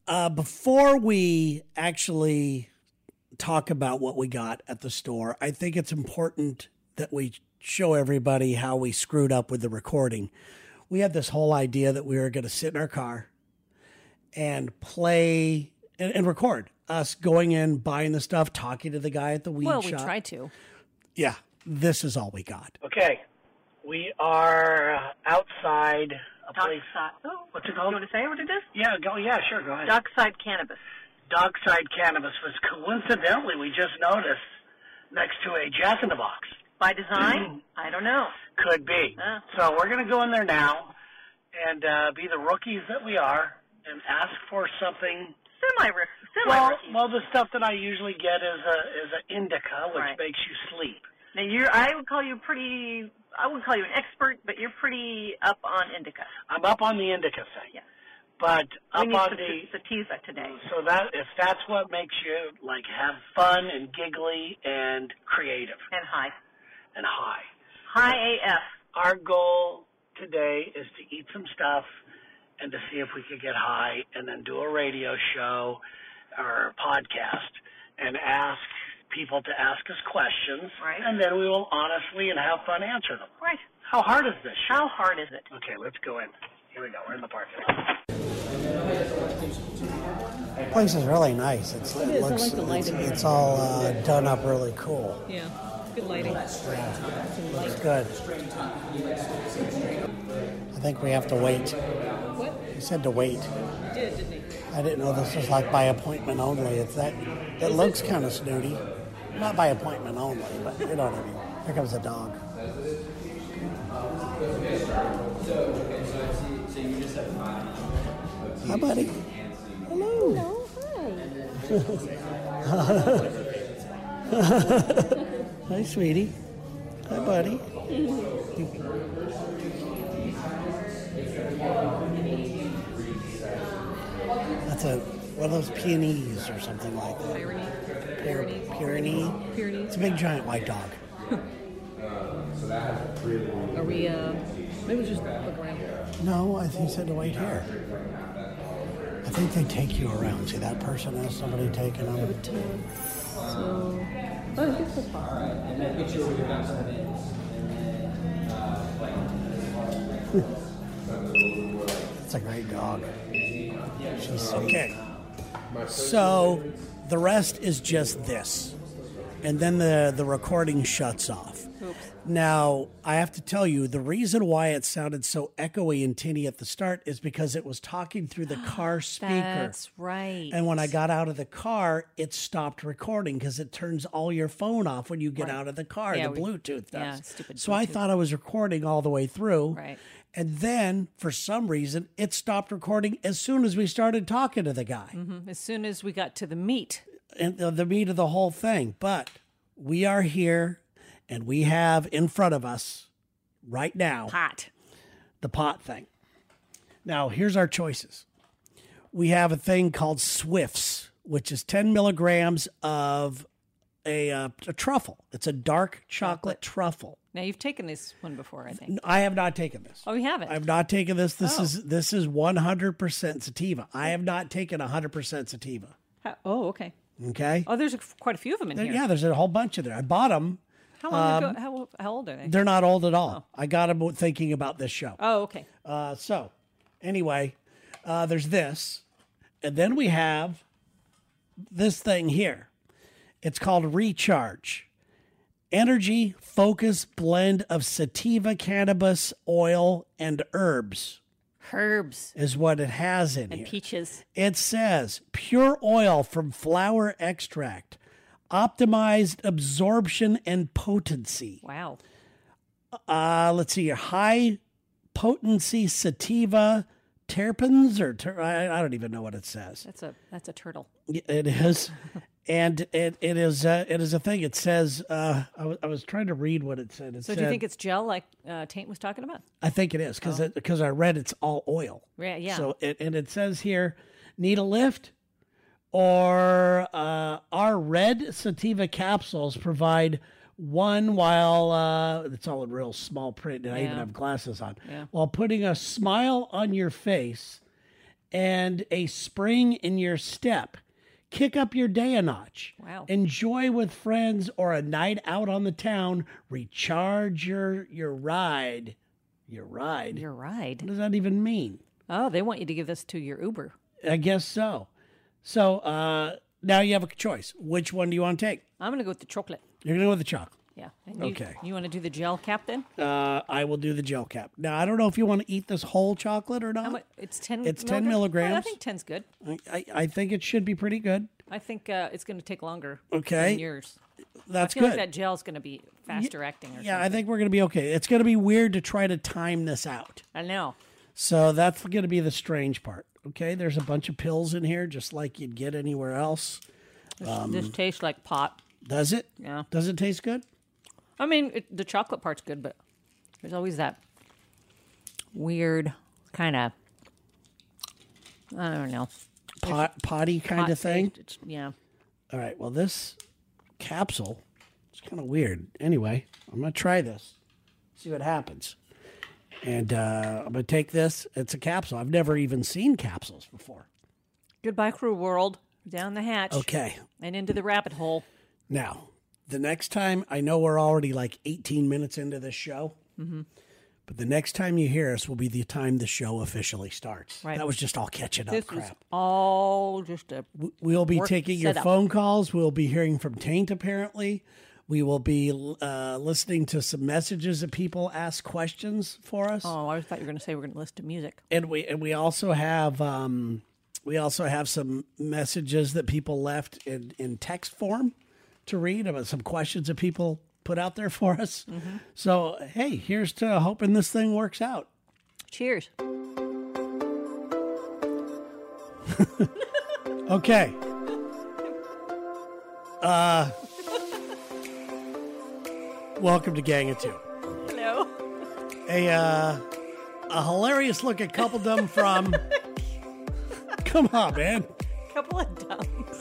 [SPEAKER 1] uh, before we actually talk about what we got at the store, I think it's important that we show everybody how we screwed up with the recording. We had this whole idea that we were going to sit in our car and play and, and record us going in, buying the stuff, talking to the guy at the weed
[SPEAKER 2] well, we
[SPEAKER 1] shop.
[SPEAKER 2] tried to.
[SPEAKER 1] Yeah, this is all we got.
[SPEAKER 4] Okay. We are uh, outside a place.
[SPEAKER 5] Oh, what's it called? You want to say what it is?
[SPEAKER 4] Yeah, go. Yeah, sure. Go ahead.
[SPEAKER 5] Dockside cannabis.
[SPEAKER 4] Dockside Cannabis was coincidentally, we just noticed, next to a Jack in the Box.
[SPEAKER 5] By
[SPEAKER 4] Mm-hmm.
[SPEAKER 5] design? I don't know.
[SPEAKER 4] Could be.
[SPEAKER 5] Huh.
[SPEAKER 4] So we're going to go in there now and uh, be the rookies that we are and ask for something.
[SPEAKER 5] Semi riff. Semi
[SPEAKER 4] Well,
[SPEAKER 5] rookie.
[SPEAKER 4] well, the stuff that I usually get is a is an indica, which
[SPEAKER 5] Right.
[SPEAKER 4] makes you sleep.
[SPEAKER 5] now you're. I would call you pretty. I would call you an expert, but you're pretty up on indica.
[SPEAKER 4] I'm up on the indica thing,
[SPEAKER 5] Yeah.
[SPEAKER 4] but up
[SPEAKER 5] we need
[SPEAKER 4] on
[SPEAKER 5] sat-
[SPEAKER 4] the Mm-hmm.
[SPEAKER 5] sativa today.
[SPEAKER 4] So that if that's what makes you like have fun and giggly and creative
[SPEAKER 5] And high.
[SPEAKER 4] and high.
[SPEAKER 5] High AF.
[SPEAKER 4] Our goal today is to eat some stuff and to see if we could get high and then do a radio show or a podcast and ask people to ask us questions
[SPEAKER 5] Right.
[SPEAKER 4] and then we will honestly and have fun answer them.
[SPEAKER 5] Right.
[SPEAKER 4] How hard is this?
[SPEAKER 5] How hard is it?
[SPEAKER 4] Okay, let's go in. Here we go. We're in the parking lot.
[SPEAKER 1] The place is really nice. It's, it,
[SPEAKER 2] is. I
[SPEAKER 1] looks
[SPEAKER 2] like the light
[SPEAKER 1] it's,
[SPEAKER 2] in there.
[SPEAKER 1] it's all uh, done up really cool.
[SPEAKER 2] Yeah, good lighting.
[SPEAKER 1] Looks good. I think we have to wait. What? He said to wait.
[SPEAKER 2] Did didn't it?
[SPEAKER 1] I didn't know this was like by appointment only. It's that. It looks kind of snooty. Not by appointment only, but you know what I mean. Here comes a dog. Hi, buddy. Hello. hi. sweetie. Hi, buddy. That's a one of those peonies or something like that.
[SPEAKER 2] Irony.
[SPEAKER 1] Pear- Pyrenees. It's a big giant white dog.
[SPEAKER 2] Are we? Uh, maybe we just look around.
[SPEAKER 1] No, I think he said to wait here. I think they take you around. See, that person has somebody taking them.
[SPEAKER 2] So, oh, I guess that's fine.
[SPEAKER 1] It's a great dog. She's so okay. So the rest is just this, and then the the recording shuts off. Now, I have to tell you, the reason why it sounded so echoey and tinny at the start is because it was talking through the car speaker.
[SPEAKER 2] That's right.
[SPEAKER 1] And when I got out of the car, it stopped recording because it turns all your phone off when you get out of the car.
[SPEAKER 2] Yeah,
[SPEAKER 1] the
[SPEAKER 2] we-
[SPEAKER 1] Bluetooth does.
[SPEAKER 2] yeah, stupid
[SPEAKER 1] so I
[SPEAKER 2] Bluetooth.
[SPEAKER 1] thought I was recording all the way through.
[SPEAKER 2] Right.
[SPEAKER 1] And then for some reason, it stopped recording as soon as we started talking to the guy
[SPEAKER 2] As soon as we got to the meat,
[SPEAKER 1] and the, the meat of the whole thing. But we are here and we have in front of us right now
[SPEAKER 2] hot.
[SPEAKER 1] the pot thing. Now, here's our choices. We have a thing called Swifts, which is 10 milligrams of a, uh, a truffle. It's a dark chocolate, truffle.
[SPEAKER 2] Now you've taken this one before, I think.
[SPEAKER 1] I have not taken this.
[SPEAKER 2] Oh, you haven't.
[SPEAKER 1] I've not taken this. This is this is 100% sativa. I have not taken 100% sativa.
[SPEAKER 2] Ha- oh, okay.
[SPEAKER 1] Okay.
[SPEAKER 2] Oh, there's a, quite a few of them in here.
[SPEAKER 1] yeah, there's a whole bunch of there. I bought them.
[SPEAKER 2] How long ago? How, how old are they?
[SPEAKER 1] They're not old at all. I got them thinking about this show.
[SPEAKER 2] Oh, okay.
[SPEAKER 1] Uh, so, anyway, uh, there's this, and then we have this thing here. It's called Recharge Energy Focus Blend of Sativa Cannabis Oil and Herbs,
[SPEAKER 2] Herbs
[SPEAKER 1] is what it has in
[SPEAKER 2] and
[SPEAKER 1] here.
[SPEAKER 2] peaches.
[SPEAKER 1] It says pure oil from flower extract, optimized absorption and potency.
[SPEAKER 2] Wow.
[SPEAKER 1] Uh, let's see here. High potency sativa terpenes, or ter- I, I don't even know what it says.
[SPEAKER 2] That's a that's a turtle.
[SPEAKER 1] It is, and it it is uh, it is a thing. It says uh, I was I was trying to read what it said. It
[SPEAKER 2] So
[SPEAKER 1] said,
[SPEAKER 2] do you think it's Oh. gel like uh, Taint was talking about?
[SPEAKER 1] I think it is because because I read it's all oil.
[SPEAKER 2] Yeah. yeah.
[SPEAKER 1] So it, and it says here, need a lift, or uh, our red sativa capsules provide one while uh, it's all in real small print, and I even
[SPEAKER 2] Yeah.
[SPEAKER 1] have glasses on,
[SPEAKER 2] Yeah.
[SPEAKER 1] while putting a smile on your face and a spring in your step. Kick up your day a notch.
[SPEAKER 2] Wow.
[SPEAKER 1] Enjoy with friends or a night out on the town. Recharge your your ride. Your ride.
[SPEAKER 2] You're right.
[SPEAKER 1] what does that even mean?
[SPEAKER 2] Oh, they want you to give this to your Uber.
[SPEAKER 1] I guess so. So uh, now you have a choice. Which one do you want to take?
[SPEAKER 2] I'm going to go with the chocolate.
[SPEAKER 1] You're going to go with the chocolate.
[SPEAKER 2] Yeah. And you-
[SPEAKER 1] Okay.
[SPEAKER 2] You want to do the gel cap then?
[SPEAKER 1] Uh, I will do the gel cap. Now I don't know if you want to eat this whole chocolate or
[SPEAKER 2] How
[SPEAKER 1] not.
[SPEAKER 2] mu- It's ten.
[SPEAKER 1] It's 10
[SPEAKER 2] Well, I
[SPEAKER 1] milligrams.
[SPEAKER 2] think 10's good.
[SPEAKER 1] I, I, I think it should be pretty good.
[SPEAKER 2] I think uh, it's going to take longer.
[SPEAKER 1] Okay.
[SPEAKER 2] Than yours. I
[SPEAKER 1] That's
[SPEAKER 2] feel
[SPEAKER 1] good.
[SPEAKER 2] like that gel's going to be faster acting. Or
[SPEAKER 1] yeah,
[SPEAKER 2] something.
[SPEAKER 1] I think we're going to be okay. It's going to be weird to try to time this out.
[SPEAKER 2] I know.
[SPEAKER 1] So that's going to be the strange part. Okay, there's a bunch of pills in here, just like you'd get anywhere else.
[SPEAKER 2] This,
[SPEAKER 1] Um,
[SPEAKER 2] this tastes like pot.
[SPEAKER 1] Does it?
[SPEAKER 2] Yeah.
[SPEAKER 1] Does it taste good?
[SPEAKER 2] I mean, it, the chocolate part's good, but there's always that weird kind of I don't know
[SPEAKER 1] Pot, potty kind
[SPEAKER 2] hot
[SPEAKER 1] of thing.
[SPEAKER 2] taste. It's- yeah,
[SPEAKER 1] All right. Well, this capsule its kind of weird. Anyway, I'm going to try this, see what happens. And uh, I'm going to take this. It's a capsule. I've never even seen capsules before.
[SPEAKER 2] goodbye crew world down the hatch
[SPEAKER 1] Okay.
[SPEAKER 2] and into the rabbit hole.
[SPEAKER 1] Now, the next time, I know we're already like 18 minutes into this show,
[SPEAKER 2] Mm-hmm.
[SPEAKER 1] but the next time you hear us will be the time the show officially starts.
[SPEAKER 2] Right.
[SPEAKER 1] That was just all catching up
[SPEAKER 2] This was
[SPEAKER 1] crap.
[SPEAKER 2] all just a
[SPEAKER 1] We'll be
[SPEAKER 2] work
[SPEAKER 1] taking your
[SPEAKER 2] set up.
[SPEAKER 1] phone calls. We'll be hearing from Taint, apparently. We will be uh, listening to some messages that people ask questions for us.
[SPEAKER 2] oh, I thought you were going to say we're going to listen to music.
[SPEAKER 1] And we and we also have um, we also have some messages that people left in, in text form to read about some questions that people put out there for us.
[SPEAKER 2] Mm-hmm.
[SPEAKER 1] So hey, here's to hoping this thing works out.
[SPEAKER 2] Cheers.
[SPEAKER 1] Okay. Uh, welcome to Gang of Two.
[SPEAKER 2] Hello.
[SPEAKER 1] a uh, a hilarious look at coupledom from. Come on, man,
[SPEAKER 2] Couple of dumps.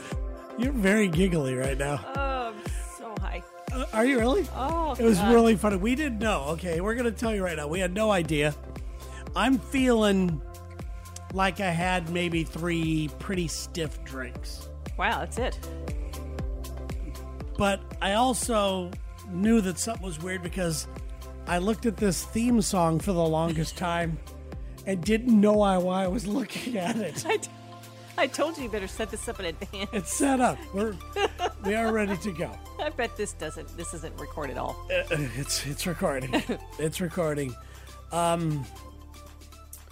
[SPEAKER 1] you're very giggly right now.
[SPEAKER 2] Oh, I'm so high.
[SPEAKER 1] Uh, are you really?
[SPEAKER 2] Oh,
[SPEAKER 1] It was
[SPEAKER 2] God.
[SPEAKER 1] really funny. We didn't know. Okay, we're gonna tell you right now. We had no idea. I'm feeling like I had maybe three pretty stiff drinks,
[SPEAKER 2] wow. That's it.
[SPEAKER 1] but I also knew that something was weird because I looked at this theme song for the longest time and didn't know why why I was looking at it.
[SPEAKER 2] I d- I told you you better set this up in advance.
[SPEAKER 1] It's set up. We're we are ready to go.
[SPEAKER 2] I bet this doesn't. This isn't recorded at all.
[SPEAKER 1] It's it's recording. it's recording. Um,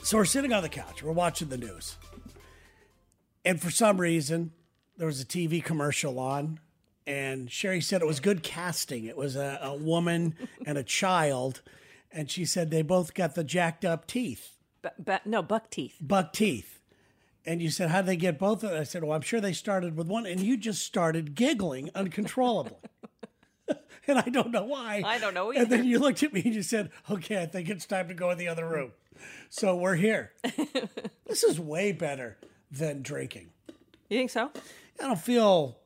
[SPEAKER 1] so we're sitting on the couch. We're watching the news, and for some reason, there was a TV commercial on, and Sherry said it was good casting. It was a, a woman and a child, and she said they both got the jacked up teeth,
[SPEAKER 2] But, but no, buck teeth.
[SPEAKER 1] buck teeth. And you said, how would they get both of them? I said, well, I'm sure they started with one, and you just started giggling uncontrollably. and I don't know why.
[SPEAKER 2] I don't know
[SPEAKER 1] And
[SPEAKER 2] either.
[SPEAKER 1] then you looked at me and you said, okay, I think it's time to go in the other room. So we're here. this is way better than drinking.
[SPEAKER 2] You think so?
[SPEAKER 1] I don't feel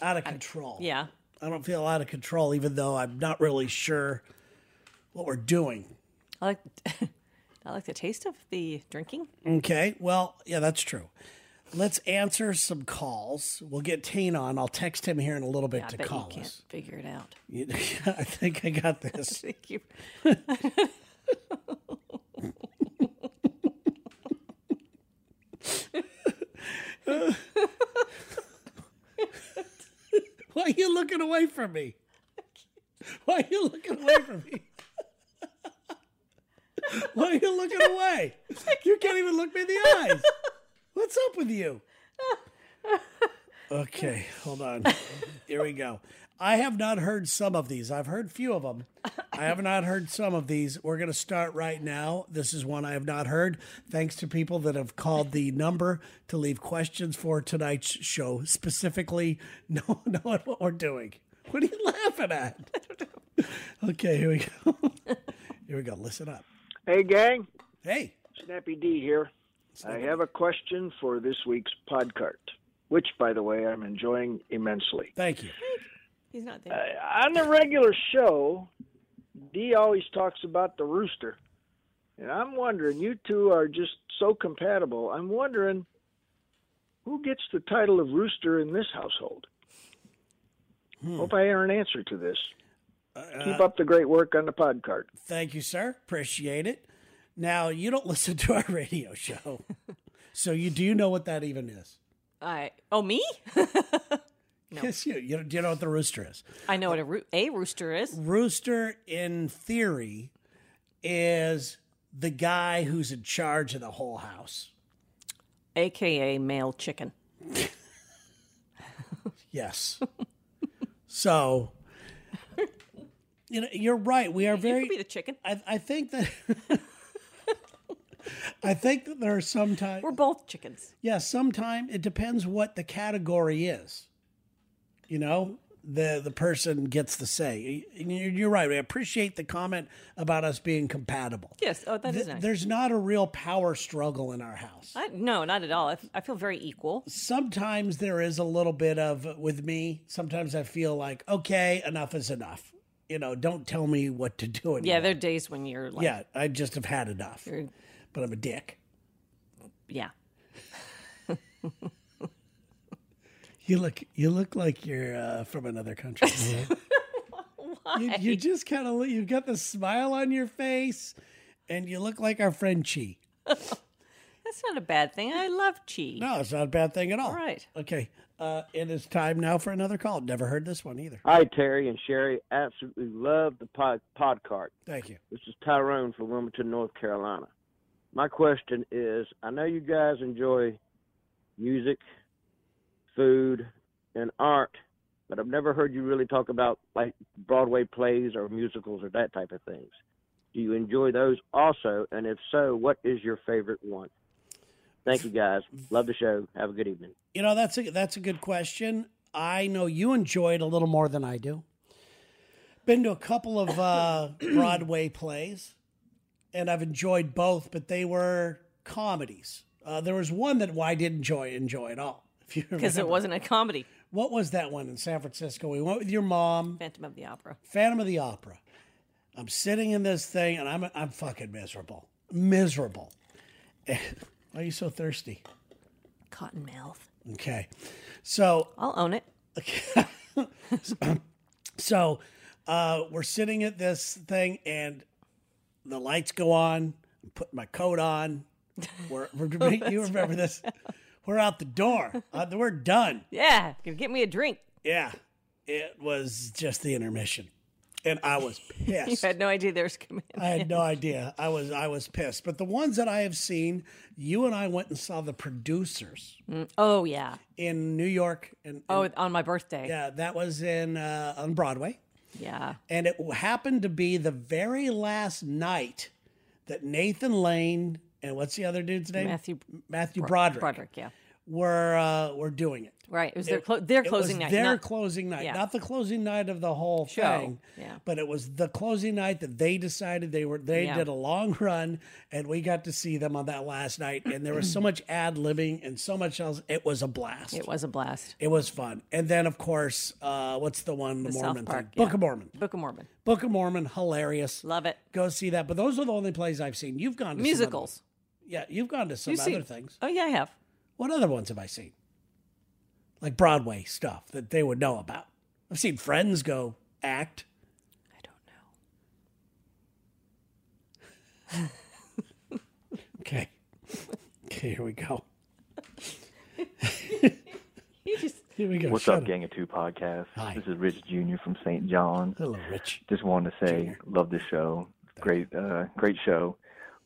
[SPEAKER 1] out of control.
[SPEAKER 2] Yeah.
[SPEAKER 1] I don't feel out of control, even though I'm not really sure what we're doing.
[SPEAKER 2] I like. I like the taste of the drinking.
[SPEAKER 1] Okay. Well, yeah, that's true. Let's answer some calls. We'll get Tane on. I'll text him here in a little bit
[SPEAKER 2] I
[SPEAKER 1] to
[SPEAKER 2] bet you
[SPEAKER 1] call
[SPEAKER 2] can't
[SPEAKER 1] us.
[SPEAKER 2] figure it out.
[SPEAKER 1] You- I think I got this.
[SPEAKER 2] Thank you.
[SPEAKER 1] Why are you looking away from me? Why are you looking away from me? Why are you looking away? You can't even look me in the eyes. What's up with you? Okay, hold on. Here we go. I have not heard some of these. I've heard few of them. I have not heard some of these. We're going to start right now. This is one I have not heard. Thanks to people that have called the number to leave questions for tonight's show, specifically know- knowing what we're doing. What are you laughing at? Okay, here we go. Here we go. Listen up.
[SPEAKER 6] Hey, gang.
[SPEAKER 1] Hey,
[SPEAKER 6] Snappy D here. I have a question for this week's podcast, which, by the way, I'm enjoying immensely.
[SPEAKER 1] thank you.
[SPEAKER 2] He's not there.
[SPEAKER 1] Uh,
[SPEAKER 6] On the regular show, D always talks about the rooster. And I'm wondering, you two are just so compatible. I'm wondering who gets the title of rooster in this household? Hope I hear an answer to this. Keep up the great work on the podcast.
[SPEAKER 1] Thank you, sir. Appreciate it. Now, you don't listen to our radio show. So you do know what that even is.
[SPEAKER 2] I oh me?
[SPEAKER 1] Yes, you. You know, do you know what the rooster is?
[SPEAKER 2] I know what a, roo- a rooster is.
[SPEAKER 1] Rooster, in theory, is the guy who's in charge of the whole house.
[SPEAKER 2] aka male chicken.
[SPEAKER 1] Yes. so, you know, you're right. We are
[SPEAKER 2] You
[SPEAKER 1] very.
[SPEAKER 2] could be the chicken.
[SPEAKER 1] I, I think that. I think that there are sometimes.
[SPEAKER 2] We're both chickens.
[SPEAKER 1] Yeah, sometime it depends what the category is. You know, the the person gets to say. And You're you're right. I appreciate the comment about us being compatible.
[SPEAKER 2] Yes. Oh, that is
[SPEAKER 1] Th-
[SPEAKER 2] nice.
[SPEAKER 1] There's not a real power struggle in our house.
[SPEAKER 2] I, no, not at all. I, f- I feel very equal.
[SPEAKER 1] Sometimes there is a little bit of with me. Sometimes I feel like, okay, enough is enough. You know, don't tell me what to do. Anymore.
[SPEAKER 2] Yeah, there are days when you're like,
[SPEAKER 1] yeah. I just have had enough.
[SPEAKER 2] you're-
[SPEAKER 1] But I'm a dick.
[SPEAKER 2] yeah.
[SPEAKER 1] You look you look like you're uh, from another country. You, you just kind of you've got the smile on your face, and you look like our friend Chi.
[SPEAKER 2] That's not a bad thing. I love cheese.
[SPEAKER 1] No, it's not a bad thing at all.
[SPEAKER 2] All right.
[SPEAKER 1] Okay. Uh, it is time now for another call. Never heard this one either.
[SPEAKER 7] Hi, Terry and Sherry. Absolutely love the pod, podcast.
[SPEAKER 1] Thank you.
[SPEAKER 7] This is Tyrone from Wilmington, North Carolina. My question is I know you guys enjoy music, food, and art, but I've never heard you really talk about like Broadway plays or musicals or that type of things. Do you enjoy those also? And if so, what is your favorite one? Thank you guys. Love the show. Have a good evening.
[SPEAKER 1] You know that's a that's a good question. I know you enjoy it a little more than I do. Been to a couple of uh, Broadway plays, and I've enjoyed both, but they were comedies. Uh, there was one that I did enjoy enjoy at all. If you
[SPEAKER 2] Because it
[SPEAKER 1] remember.
[SPEAKER 2] wasn't a comedy.
[SPEAKER 1] what was that one in San Francisco? We went with your mom,
[SPEAKER 2] Phantom of the Opera.
[SPEAKER 1] Phantom of the Opera. I'm sitting in this thing and I'm I'm fucking miserable. Miserable. Why are you so thirsty?
[SPEAKER 2] Cottonmouth.
[SPEAKER 1] Okay. So
[SPEAKER 2] I'll own it.
[SPEAKER 1] so uh, we're sitting at this thing and the
[SPEAKER 2] Oh,
[SPEAKER 1] lights go on. I'm putting my coat on. We're, we're, you remember this? We're out the door. Uh, we're done.
[SPEAKER 2] Yeah, gonna get me a drink.
[SPEAKER 1] Yeah. It was just the intermission. And I was
[SPEAKER 2] You
[SPEAKER 1] pissed.
[SPEAKER 2] had no idea there was coming.
[SPEAKER 1] I had no idea. I was I was pissed. But the ones that I have seen, you and I went and saw the producers
[SPEAKER 2] Oh yeah.
[SPEAKER 1] in New York and, and-
[SPEAKER 2] Oh, on my birthday.
[SPEAKER 1] yeah, that was in uh, on Broadway.
[SPEAKER 2] Yeah.
[SPEAKER 1] And it happened to be the very last night that Nathan Lane and what's the other dude's name?
[SPEAKER 2] Matthew
[SPEAKER 1] Matthew Broderick,
[SPEAKER 2] Broderick. Yeah.
[SPEAKER 1] were uh, were doing it.
[SPEAKER 2] Right. It was their clo- their
[SPEAKER 1] It was
[SPEAKER 2] closing night.
[SPEAKER 1] Their
[SPEAKER 2] not-
[SPEAKER 1] closing night,
[SPEAKER 2] yeah.
[SPEAKER 1] not the closing night of the whole
[SPEAKER 2] Show,
[SPEAKER 1] thing.
[SPEAKER 2] yeah.
[SPEAKER 1] But it was the closing night that they decided they were. They
[SPEAKER 2] Yeah.
[SPEAKER 1] did a long run, and we got to see them on that last night. And there was so much ad libbing and so much else. It was a blast. It was,
[SPEAKER 2] it was a blast.
[SPEAKER 1] fun. And then, of course, uh, what's the one? The,
[SPEAKER 2] South
[SPEAKER 1] Mormon
[SPEAKER 2] Park,
[SPEAKER 1] thing.
[SPEAKER 2] yeah.
[SPEAKER 1] Book of Mormon.
[SPEAKER 2] Book of Mormon.
[SPEAKER 1] Book of Mormon. Hilarious.
[SPEAKER 2] Love it.
[SPEAKER 1] Go see that. But those are the only plays I've seen. You've gone to some other-
[SPEAKER 2] Musicals.
[SPEAKER 1] yeah, you've gone to some
[SPEAKER 2] You've
[SPEAKER 1] other
[SPEAKER 2] seen-
[SPEAKER 1] things.
[SPEAKER 2] Oh yeah, I have.
[SPEAKER 1] What other ones have I seen? Like Broadway stuff that they would know about. I've seen friends go act.
[SPEAKER 2] I don't know.
[SPEAKER 1] Okay. Okay, here we go.
[SPEAKER 2] You just
[SPEAKER 1] Here we go.
[SPEAKER 8] What's
[SPEAKER 1] Shut
[SPEAKER 8] up, Gang of Two podcast?
[SPEAKER 1] Hi.
[SPEAKER 8] This is Rich Jr. from St. John.
[SPEAKER 1] Hello, Rich.
[SPEAKER 8] Just wanted to say, love this show. Great, uh, great show.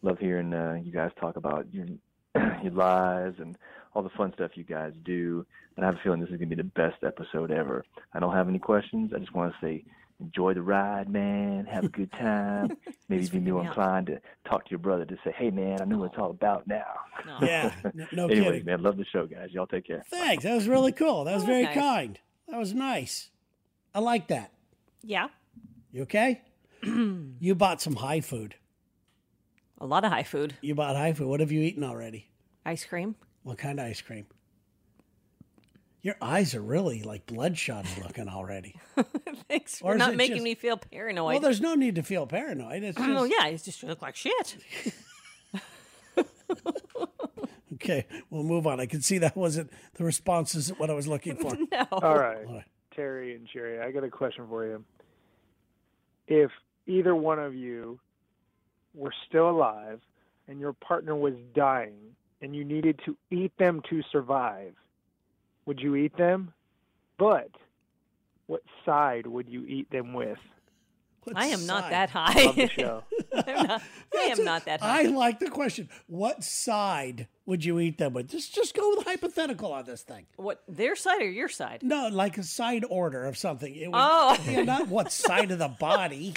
[SPEAKER 8] Love hearing uh, you guys talk about your your lives and all the fun stuff you guys do. And I have a feeling this is gonna be the best episode ever. I don't have any questions. I just want to say, enjoy the ride, man. Have a good time. Maybe if you
[SPEAKER 2] freaking
[SPEAKER 8] feel
[SPEAKER 2] me out.
[SPEAKER 8] inclined to talk to your brother to say, hey, man, I know what it's all about now.
[SPEAKER 2] no.
[SPEAKER 1] Yeah, no, no
[SPEAKER 8] Anyways,
[SPEAKER 1] kidding.
[SPEAKER 8] man, love the show, guys. Y'all take care.
[SPEAKER 1] Thanks. That was really cool. That was
[SPEAKER 2] That was
[SPEAKER 1] very
[SPEAKER 2] nice.
[SPEAKER 1] kind. That was nice. I like that.
[SPEAKER 2] Yeah.
[SPEAKER 1] You okay? you bought some high food.
[SPEAKER 2] A lot of high food.
[SPEAKER 1] You bought high food. What have you eaten already?
[SPEAKER 2] Ice cream.
[SPEAKER 1] What kind of ice cream? Your eyes are really like bloodshot looking already.
[SPEAKER 2] Thanks
[SPEAKER 1] Or
[SPEAKER 2] for
[SPEAKER 1] is
[SPEAKER 2] not
[SPEAKER 1] it
[SPEAKER 2] making
[SPEAKER 1] just-
[SPEAKER 2] me feel paranoid.
[SPEAKER 1] Well, there's no need to feel paranoid. It's just,
[SPEAKER 2] oh yeah, it's just look like shit.
[SPEAKER 1] Okay, we'll move on. I can see that wasn't the response isn't what I was looking for.
[SPEAKER 6] All right,
[SPEAKER 1] All right.
[SPEAKER 6] Terry and Jerry, I got a question for you. If either one of you were still alive and your partner was dying and you needed to eat them to survive, would you eat them? But what side would you eat them with
[SPEAKER 1] What
[SPEAKER 2] I am not
[SPEAKER 1] side?
[SPEAKER 2] that
[SPEAKER 6] of the
[SPEAKER 2] high.
[SPEAKER 6] show?
[SPEAKER 2] I'm not, I
[SPEAKER 1] That's
[SPEAKER 2] am
[SPEAKER 1] it.
[SPEAKER 2] not that
[SPEAKER 1] I
[SPEAKER 2] high.
[SPEAKER 1] like the question. What side would you eat them with? Just just go with hypothetical on this thing.
[SPEAKER 2] what their side or your side?
[SPEAKER 1] No, like a side order of something. It would,
[SPEAKER 2] Oh.
[SPEAKER 1] Yeah, not what side of the body.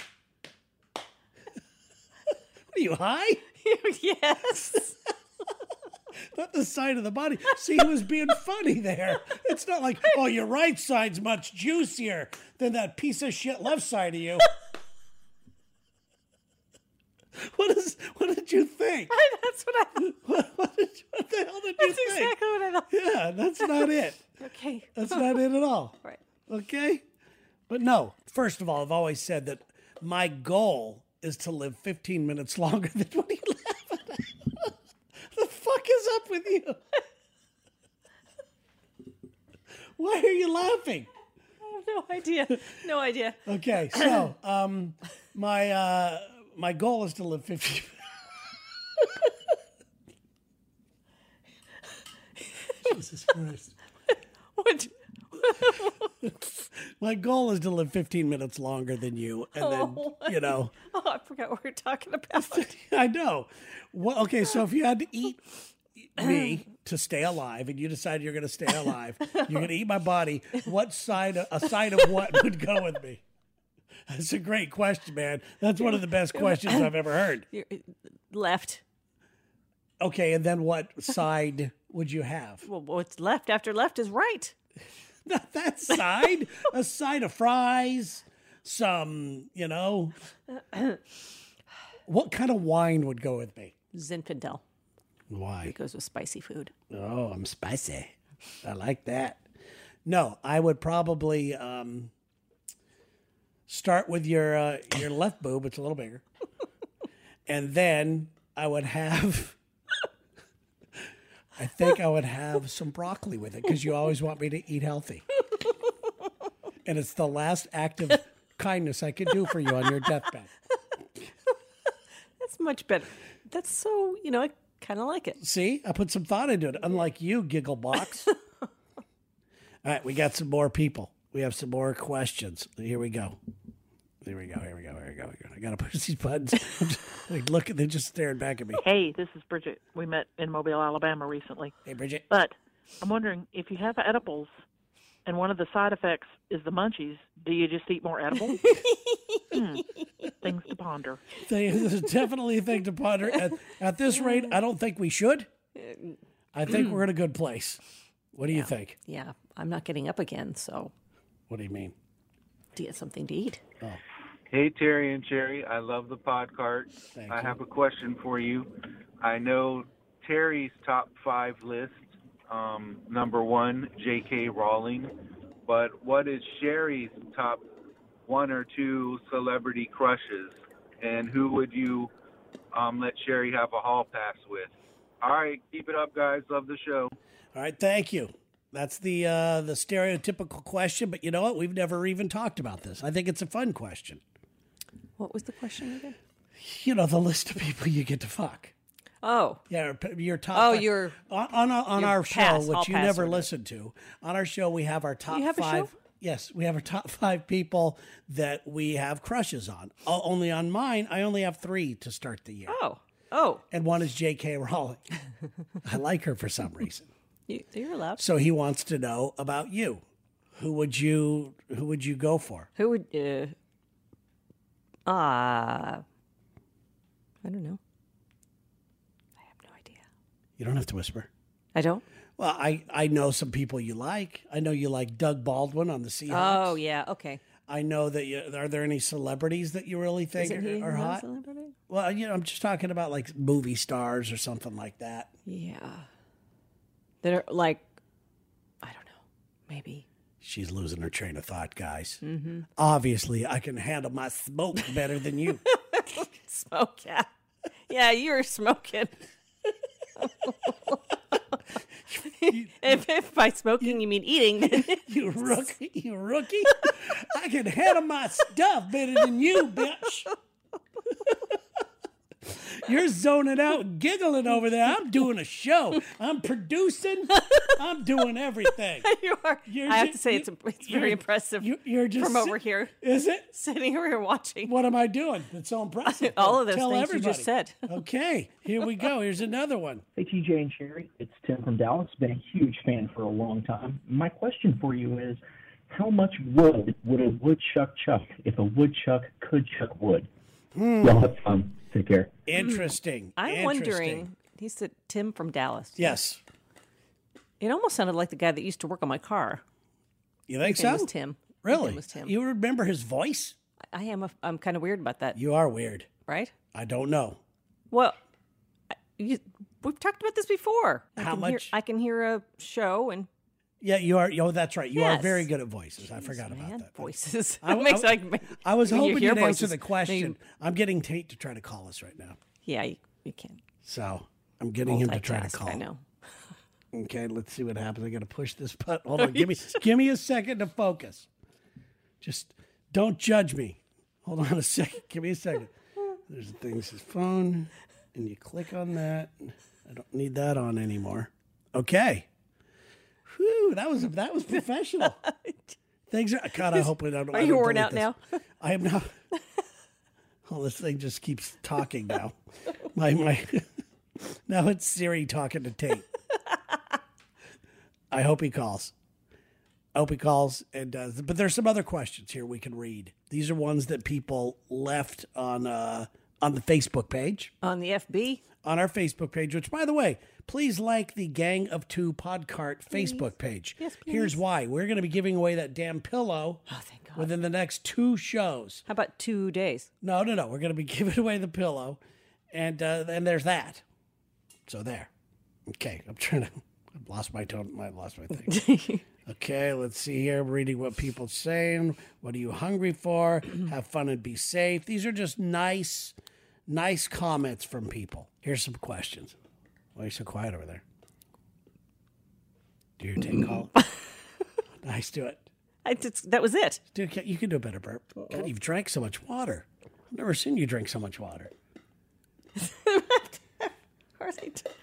[SPEAKER 1] Are you high?
[SPEAKER 2] yes.
[SPEAKER 1] Not the side of the body. See, he was being funny there. It's not like, oh, your right side's much juicier than that piece of shit left side of you. What is? What did you think?
[SPEAKER 2] That's what I.
[SPEAKER 1] What, what did you- what the hell did you
[SPEAKER 2] That's
[SPEAKER 1] think?
[SPEAKER 2] exactly what I thought.
[SPEAKER 1] Yeah, that's not it.
[SPEAKER 2] Okay.
[SPEAKER 1] That's not it at all.
[SPEAKER 2] Right.
[SPEAKER 1] Okay? But no, first of all, I've always said that my goal is to live 15 minutes longer than what he lived. the fuck is up with you? Why are you laughing?
[SPEAKER 2] I have no idea. No idea.
[SPEAKER 1] Okay, so um, my uh, my goal is to live 15 Jesus Christ.
[SPEAKER 2] What?
[SPEAKER 1] My goal is to live 15 minutes longer than you. And then,
[SPEAKER 2] Oh.
[SPEAKER 1] you know.
[SPEAKER 2] Oh, I forgot what we were talking about.
[SPEAKER 1] I know. Well, okay, so if you had to eat me to stay alive, and you decide you're going to stay alive, you're going to eat my body. What side? Of, a side of what would go with me? That's a great question, man. That's one of the best questions I've ever heard.
[SPEAKER 2] Your- uh, left.
[SPEAKER 1] Okay, and then what side would you have?
[SPEAKER 2] Well, what's left after left is right.
[SPEAKER 1] Not that side. a side of fries, some, you know. What kind of wine would go with me?
[SPEAKER 2] Zinfandel
[SPEAKER 1] Why?
[SPEAKER 2] goes with spicy food.
[SPEAKER 1] Oh, I'm spicy. I like that. No, I would probably um, start with your uh, your left boob. It's a little bigger, and then I would have. I think I would have some broccoli with it because you always want me to eat healthy, and it's the last act of kindness I could do for you on your deathbed.
[SPEAKER 2] That's much better. That's so you know. I Kind of like it.
[SPEAKER 1] See, I put some thought into it. Unlike you, Giggle Box. All right, we got some more people. We have some more questions. Here we go. Here we go. Here we go. Here we go. Here we go. I gotta push these buttons. I'm just, like, look, they're just staring back at me.
[SPEAKER 5] Hey, this is Bridget. We met in Mobile, Alabama recently.
[SPEAKER 1] Hey, Bridget.
[SPEAKER 5] But I'm wondering if you have edibles and one of the side effects is the munchies, do you just eat more edibles? Hmm. Things to ponder.
[SPEAKER 1] They, this is definitely a thing to ponder. At, at this rate, I don't think we should. I think we're in a good place. What do you think?
[SPEAKER 2] Yeah, I'm not getting up again, so
[SPEAKER 1] What do you mean?
[SPEAKER 2] to get something to eat.
[SPEAKER 9] Hey, Terry and Cherry. I love the podcast.
[SPEAKER 1] Thank
[SPEAKER 9] I
[SPEAKER 1] you.
[SPEAKER 9] have a question for you. I know Terry's top five list. Um, number one, J.K. Rowling. But what is Sherry's top one or two celebrity crushes? And who would you um, let Sherry have a hall pass with? All right, keep it up, guys. Love the show.
[SPEAKER 1] All right, thank you. That's the uh, the stereotypical question, but you know what? We've never even talked about this. I think it's a fun question.
[SPEAKER 2] What was the question again?
[SPEAKER 1] You know, the list of people you get to fuck.
[SPEAKER 2] Oh,
[SPEAKER 1] Yeah, or p- your top.
[SPEAKER 2] Oh,
[SPEAKER 1] five-
[SPEAKER 2] your-
[SPEAKER 1] on on, on
[SPEAKER 2] your
[SPEAKER 1] our
[SPEAKER 2] pass,
[SPEAKER 1] show,
[SPEAKER 2] I'll
[SPEAKER 1] which you
[SPEAKER 2] pass
[SPEAKER 1] never
[SPEAKER 2] on it.
[SPEAKER 1] listen to. On our show, we have our top
[SPEAKER 2] have a
[SPEAKER 1] five.
[SPEAKER 2] show?
[SPEAKER 1] Yes, we have our top five people that we have crushes on. O- only on mine, I only have three to start the year,
[SPEAKER 2] oh, oh.
[SPEAKER 1] and one is J.K. Rowling. I like her for some reason.
[SPEAKER 2] You, you're allowed.
[SPEAKER 1] So he wants to know about you. Who would you Who would you go for?
[SPEAKER 2] Who would? Uh, uh, I don't know. I have no idea.
[SPEAKER 1] You don't have to whisper.
[SPEAKER 2] I don't.
[SPEAKER 1] Well, I, I know some people you like. I know you like Doug Baldwin on the Seahawks.
[SPEAKER 2] Oh yeah. Okay.
[SPEAKER 1] I know that you are there any celebrities that you really think
[SPEAKER 2] Isn't he
[SPEAKER 1] are, are
[SPEAKER 2] not a
[SPEAKER 1] hot?
[SPEAKER 2] celebrity?
[SPEAKER 1] Well, you know, I'm just talking about like movie stars or something like that.
[SPEAKER 2] Yeah. That are like, I don't know. Maybe.
[SPEAKER 1] She's losing her train of thought, guys.
[SPEAKER 2] Mm-hmm.
[SPEAKER 1] Obviously, I can handle my smoke better than you.
[SPEAKER 2] Smoke. Yeah. Yeah, you were smoking. if, if by smoking you mean eating, then
[SPEAKER 1] you rookie, you rookie. I can handle my stuff better than you, bitch. You're zoning out, and giggling over there. I'm doing a show. I'm producing. I'm doing everything.
[SPEAKER 2] you are.
[SPEAKER 1] You're
[SPEAKER 2] I have
[SPEAKER 1] ju-
[SPEAKER 2] to say, it's,
[SPEAKER 1] you-
[SPEAKER 2] it's
[SPEAKER 1] you're-
[SPEAKER 2] very impressive
[SPEAKER 1] you- You're just
[SPEAKER 2] from over here,
[SPEAKER 1] Is it?
[SPEAKER 2] sitting over here watching.
[SPEAKER 1] What am I doing? That's so impressive.
[SPEAKER 2] All of those
[SPEAKER 1] Tell
[SPEAKER 2] things you
[SPEAKER 1] everybody.
[SPEAKER 2] just said.
[SPEAKER 1] Okay, here we go. Here's another one.
[SPEAKER 10] Hey, TJ and Sherry, it's Tim from Dallas. Been a huge fan for a long time. My question for you is how much wood would a woodchuck chuck if a woodchuck could chuck wood? Y'all have fun. Take care.
[SPEAKER 1] Interesting.
[SPEAKER 2] I'm
[SPEAKER 1] Interesting.
[SPEAKER 2] wondering. He said Tim from Dallas.
[SPEAKER 1] Yes,
[SPEAKER 2] It almost sounded like the guy that used to work on my car.
[SPEAKER 1] you think
[SPEAKER 2] It
[SPEAKER 1] so?
[SPEAKER 2] was Tim.
[SPEAKER 1] Really?
[SPEAKER 2] It was Tim.
[SPEAKER 1] You remember his voice?
[SPEAKER 2] I am. A, I'm kind of weird about that,
[SPEAKER 1] You are weird.
[SPEAKER 2] right?
[SPEAKER 1] I don't know.
[SPEAKER 2] Well, I- you, we've talked about this before. I
[SPEAKER 1] How
[SPEAKER 2] can hear-
[SPEAKER 1] much-
[SPEAKER 2] I can hear a show and
[SPEAKER 1] Yeah, you are. Oh, that's right. You are
[SPEAKER 2] Yes.
[SPEAKER 1] very good at voices. I forgot about
[SPEAKER 2] man,
[SPEAKER 1] that.
[SPEAKER 2] voices.
[SPEAKER 1] I-
[SPEAKER 2] It makes
[SPEAKER 1] I-
[SPEAKER 2] like
[SPEAKER 1] I was
[SPEAKER 2] when you
[SPEAKER 1] hoping
[SPEAKER 2] hear
[SPEAKER 1] you'd answer
[SPEAKER 2] voices,
[SPEAKER 1] the
[SPEAKER 2] then you-
[SPEAKER 1] question. I'm getting Tate to try to call us right now,
[SPEAKER 2] yeah, you, you can't.
[SPEAKER 1] so I'm getting him to try to
[SPEAKER 2] multitask,
[SPEAKER 1] call.
[SPEAKER 2] I know.
[SPEAKER 1] Okay, let's see what happens. I gotta push this button. Hold on, give me give me a second to focus. Just don't judge me. Hold on a second. Give me a second. There's a thing that says phone, and you click on that. I don't need that on anymore. Okay. Whew, that was that was professional. Things are God, I hope we don't.
[SPEAKER 2] Are you worn out now?
[SPEAKER 1] I am now. Oh, this thing just keeps talking now. My my now it's Siri talking to Tate. I hope he calls. I hope he calls and does. But there's some other questions here we can read. These are ones that people left on uh, on the Facebook page,
[SPEAKER 2] On the FB,
[SPEAKER 1] on our Facebook page. Which, by the way, please like the Gang of Two Podcart Facebook page.
[SPEAKER 2] Yes,
[SPEAKER 1] Here's why: we're going to be giving away that damn pillow
[SPEAKER 2] oh thank God.
[SPEAKER 1] within the next two shows.
[SPEAKER 2] How about two days?
[SPEAKER 1] No, no, no. We're going to be giving away the pillow, and uh, and there's that. So there. Okay, I'm trying to. I've lost my tone. I lost my thing. okay, let's see here. I'm reading what people saying. What are you hungry for? Have fun and be safe. These are just nice, nice comments from people. Here's some questions. Why are you so quiet over there? Do your take call. nice, do it.
[SPEAKER 2] I just, that was it.
[SPEAKER 1] Dude, ca- you can do a better burp. God, you've drank so much water. I've never seen you drink so much water.
[SPEAKER 2] Or they did-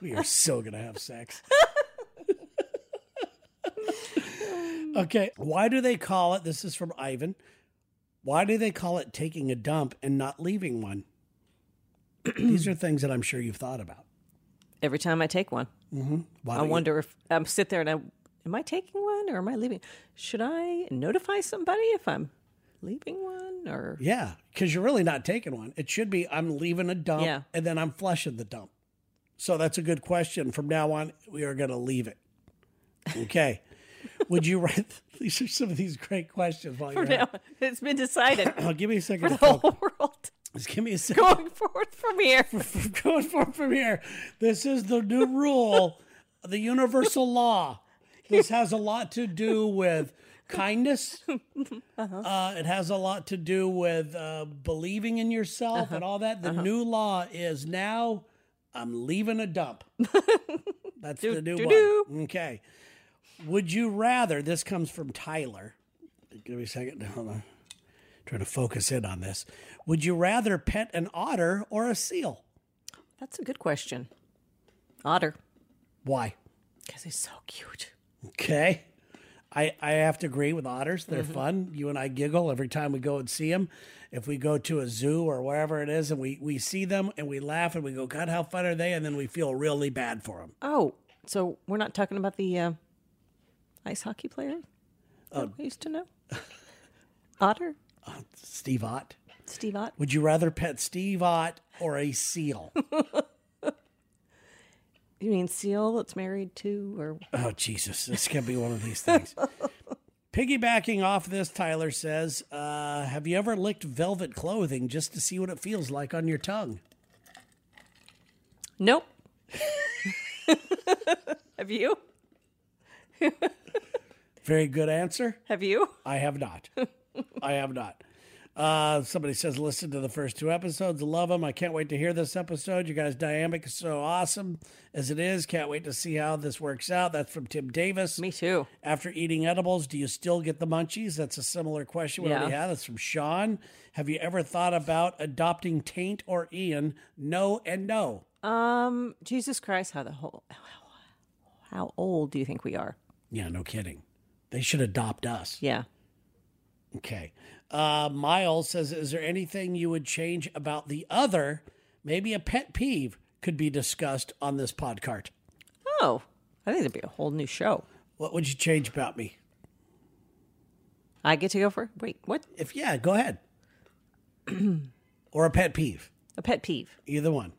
[SPEAKER 1] We are so gonna have sex. okay, why do they call it? This is from Ivan. Why do they call it taking a dump and not leaving one? These are things that I'm sure you've thought about.
[SPEAKER 2] Every time I take one,
[SPEAKER 1] Mhm. Why
[SPEAKER 2] I
[SPEAKER 1] don't you-
[SPEAKER 2] wonder if I'm sit there and I am I taking one or am I leaving? Should I notify somebody if I'm leaving one or
[SPEAKER 1] Yeah, because you're really not taking one. It should be I'm leaving a dump
[SPEAKER 2] Yeah.
[SPEAKER 1] and then I'm flushing the dump. So that's a good question. From now on, we are going to leave it. Okay. Would you rather? These are some of these great questions. While
[SPEAKER 2] for
[SPEAKER 1] you're
[SPEAKER 2] now? It's been decided
[SPEAKER 1] At it. Oh, give me a second.
[SPEAKER 2] for the
[SPEAKER 1] to focus.
[SPEAKER 2] whole world
[SPEAKER 1] Just give me a second.
[SPEAKER 2] going forward from here.
[SPEAKER 1] Going forward from here. This is the new rule, the universal law. This has a lot to do with kindness. Uh, it has a lot to do with uh, believing in yourself and all that. The new law is now I'm leaving a dump. That's the new one.
[SPEAKER 2] do-do.
[SPEAKER 1] Okay. Would you rather? This comes from Tyler. Give me a second. Hold on. Trying to focus in on this. Would you rather pet an otter or a seal?
[SPEAKER 2] That's a good question. Otter,
[SPEAKER 1] Why?
[SPEAKER 2] because he's so cute.
[SPEAKER 1] Okay. Mm-hmm. I, I have to agree with otters. They're fun. You and I giggle every time we go and see them. If we go to a zoo or wherever it is and we, we see them and we laugh and we go, God, how fun are they? And then we feel really bad for them.
[SPEAKER 2] Oh, so we're not talking about the uh, ice hockey player that we used to know? Otter,
[SPEAKER 1] Steve Ott.
[SPEAKER 2] Steve Ott.
[SPEAKER 1] Would you rather pet Steve Ott or a seal?
[SPEAKER 2] You mean seal that's married to, or
[SPEAKER 1] Oh, Jesus. This could be one of these things. Piggybacking off this, Tyler says, uh, Have you ever licked velvet clothing just to see what it feels like on your tongue?
[SPEAKER 2] nope? Have you?
[SPEAKER 1] Very good answer.
[SPEAKER 2] Have you?
[SPEAKER 1] I have not. I have not. Uh, somebody says, listen to the first two episodes. Love them. I can't wait to hear this episode. You guys' dynamic is so awesome as it is. Can't wait to see how this works out. That's from Tim Davis.
[SPEAKER 2] Me too.
[SPEAKER 1] After eating edibles, do you still get the munchies? That's a similar question we already
[SPEAKER 2] Yeah.
[SPEAKER 1] had. That's from Sean. Have you ever thought about adopting Taint or Ian? No and no.
[SPEAKER 2] Um, Jesus Christ, how the whole how old do you think we are?
[SPEAKER 1] Yeah, no kidding. They should adopt us.
[SPEAKER 2] Yeah.
[SPEAKER 1] Okay. Uh, Miles says, "Is there anything you would change about the other? Maybe a pet peeve could be discussed on this podcast.
[SPEAKER 2] Oh, I think it'd be a whole new show.
[SPEAKER 1] What would you change about me?
[SPEAKER 2] I get to go for wait, what?
[SPEAKER 1] If yeah, go ahead. or a pet peeve,
[SPEAKER 2] A pet peeve.
[SPEAKER 1] either one.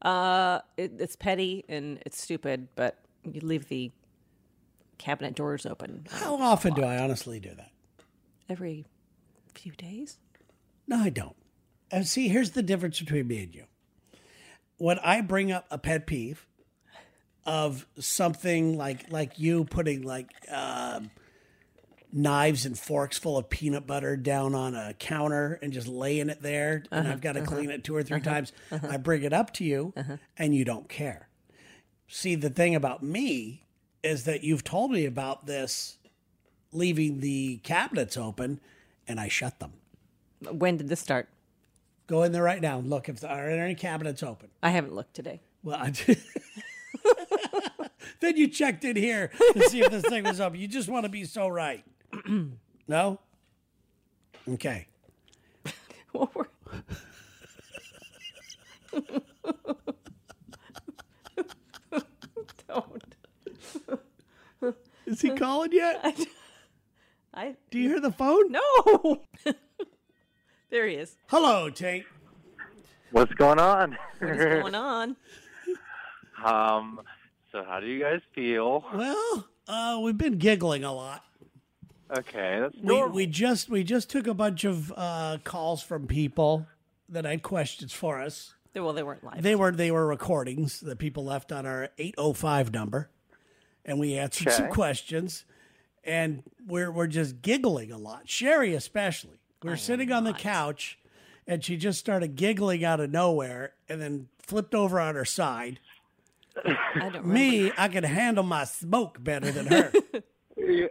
[SPEAKER 2] Uh, it, it's petty and it's stupid, but you leave the cabinet doors open
[SPEAKER 1] How often do I honestly do that?
[SPEAKER 2] every few days.
[SPEAKER 1] No, I don't. And see, here's the difference between me and you. When I bring up a pet peeve of something like like you putting like um knives and forks full of peanut butter down on a counter and just laying it there, and I've got to clean it two or 3 times, I bring it up to you, and you don't care. See, the thing about me is that you've told me about this leaving the cabinets open, and I shut them.
[SPEAKER 2] When did this start?
[SPEAKER 1] Go in there right now and look if there are any cabinets open.
[SPEAKER 2] I haven't looked today.
[SPEAKER 1] Well, I then you checked in here to see if this thing was open. You just want to be so right. no? Okay.
[SPEAKER 2] What were? Don't.
[SPEAKER 1] Is he calling yet?
[SPEAKER 2] I
[SPEAKER 1] Do you hear the phone?
[SPEAKER 2] no. there he is.
[SPEAKER 1] Hello, Tank.
[SPEAKER 3] What's going on?
[SPEAKER 2] What is going on?
[SPEAKER 3] um, so how do you guys feel?
[SPEAKER 1] Well, uh, we've been giggling a lot.
[SPEAKER 3] Okay, that's
[SPEAKER 1] We,
[SPEAKER 3] normal.
[SPEAKER 1] we just we just took a bunch of uh, calls from people that had questions for us.
[SPEAKER 2] Well, they weren't live.
[SPEAKER 1] They were they were recordings that people left on our 805 number, and we answered some
[SPEAKER 3] Okay.
[SPEAKER 1] questions, and we're we're just giggling a lot. Sherry especially. We were sitting on the couch, and she just started giggling out of nowhere, and then flipped over on her side.
[SPEAKER 2] I don't remember.
[SPEAKER 1] Me, I could handle my smoke better than her.
[SPEAKER 3] Yeah.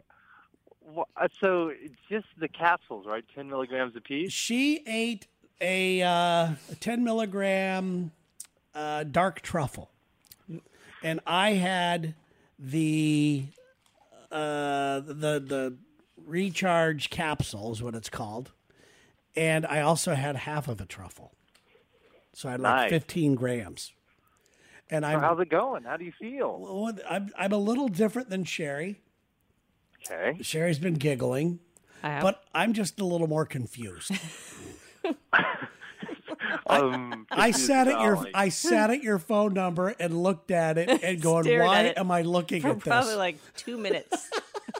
[SPEAKER 3] Wha- uh, So just the capsules, right? Ten milligrams apiece.
[SPEAKER 1] she ate a, uh, a 10 milligram uh, dark truffle. and I had the uh, the the recharge capsule is what it's called, and I also had half of a truffle, so I had like
[SPEAKER 3] Nice.
[SPEAKER 1] fifteen grams. And
[SPEAKER 3] So
[SPEAKER 1] I'm
[SPEAKER 3] how's it going? How do you feel?
[SPEAKER 1] well, I'm I'm a little different than Sherry.
[SPEAKER 3] Okay.
[SPEAKER 1] Sherry's been giggling,
[SPEAKER 2] I have.
[SPEAKER 1] but I'm just a little more confused.
[SPEAKER 3] Um,
[SPEAKER 1] I
[SPEAKER 3] confused
[SPEAKER 1] sat at your
[SPEAKER 3] Dolly.
[SPEAKER 1] I sat at your phone number and looked at it and going,
[SPEAKER 2] Stared at
[SPEAKER 1] why
[SPEAKER 2] it
[SPEAKER 1] am I looking
[SPEAKER 2] for
[SPEAKER 1] at this?
[SPEAKER 2] probably like two minutes.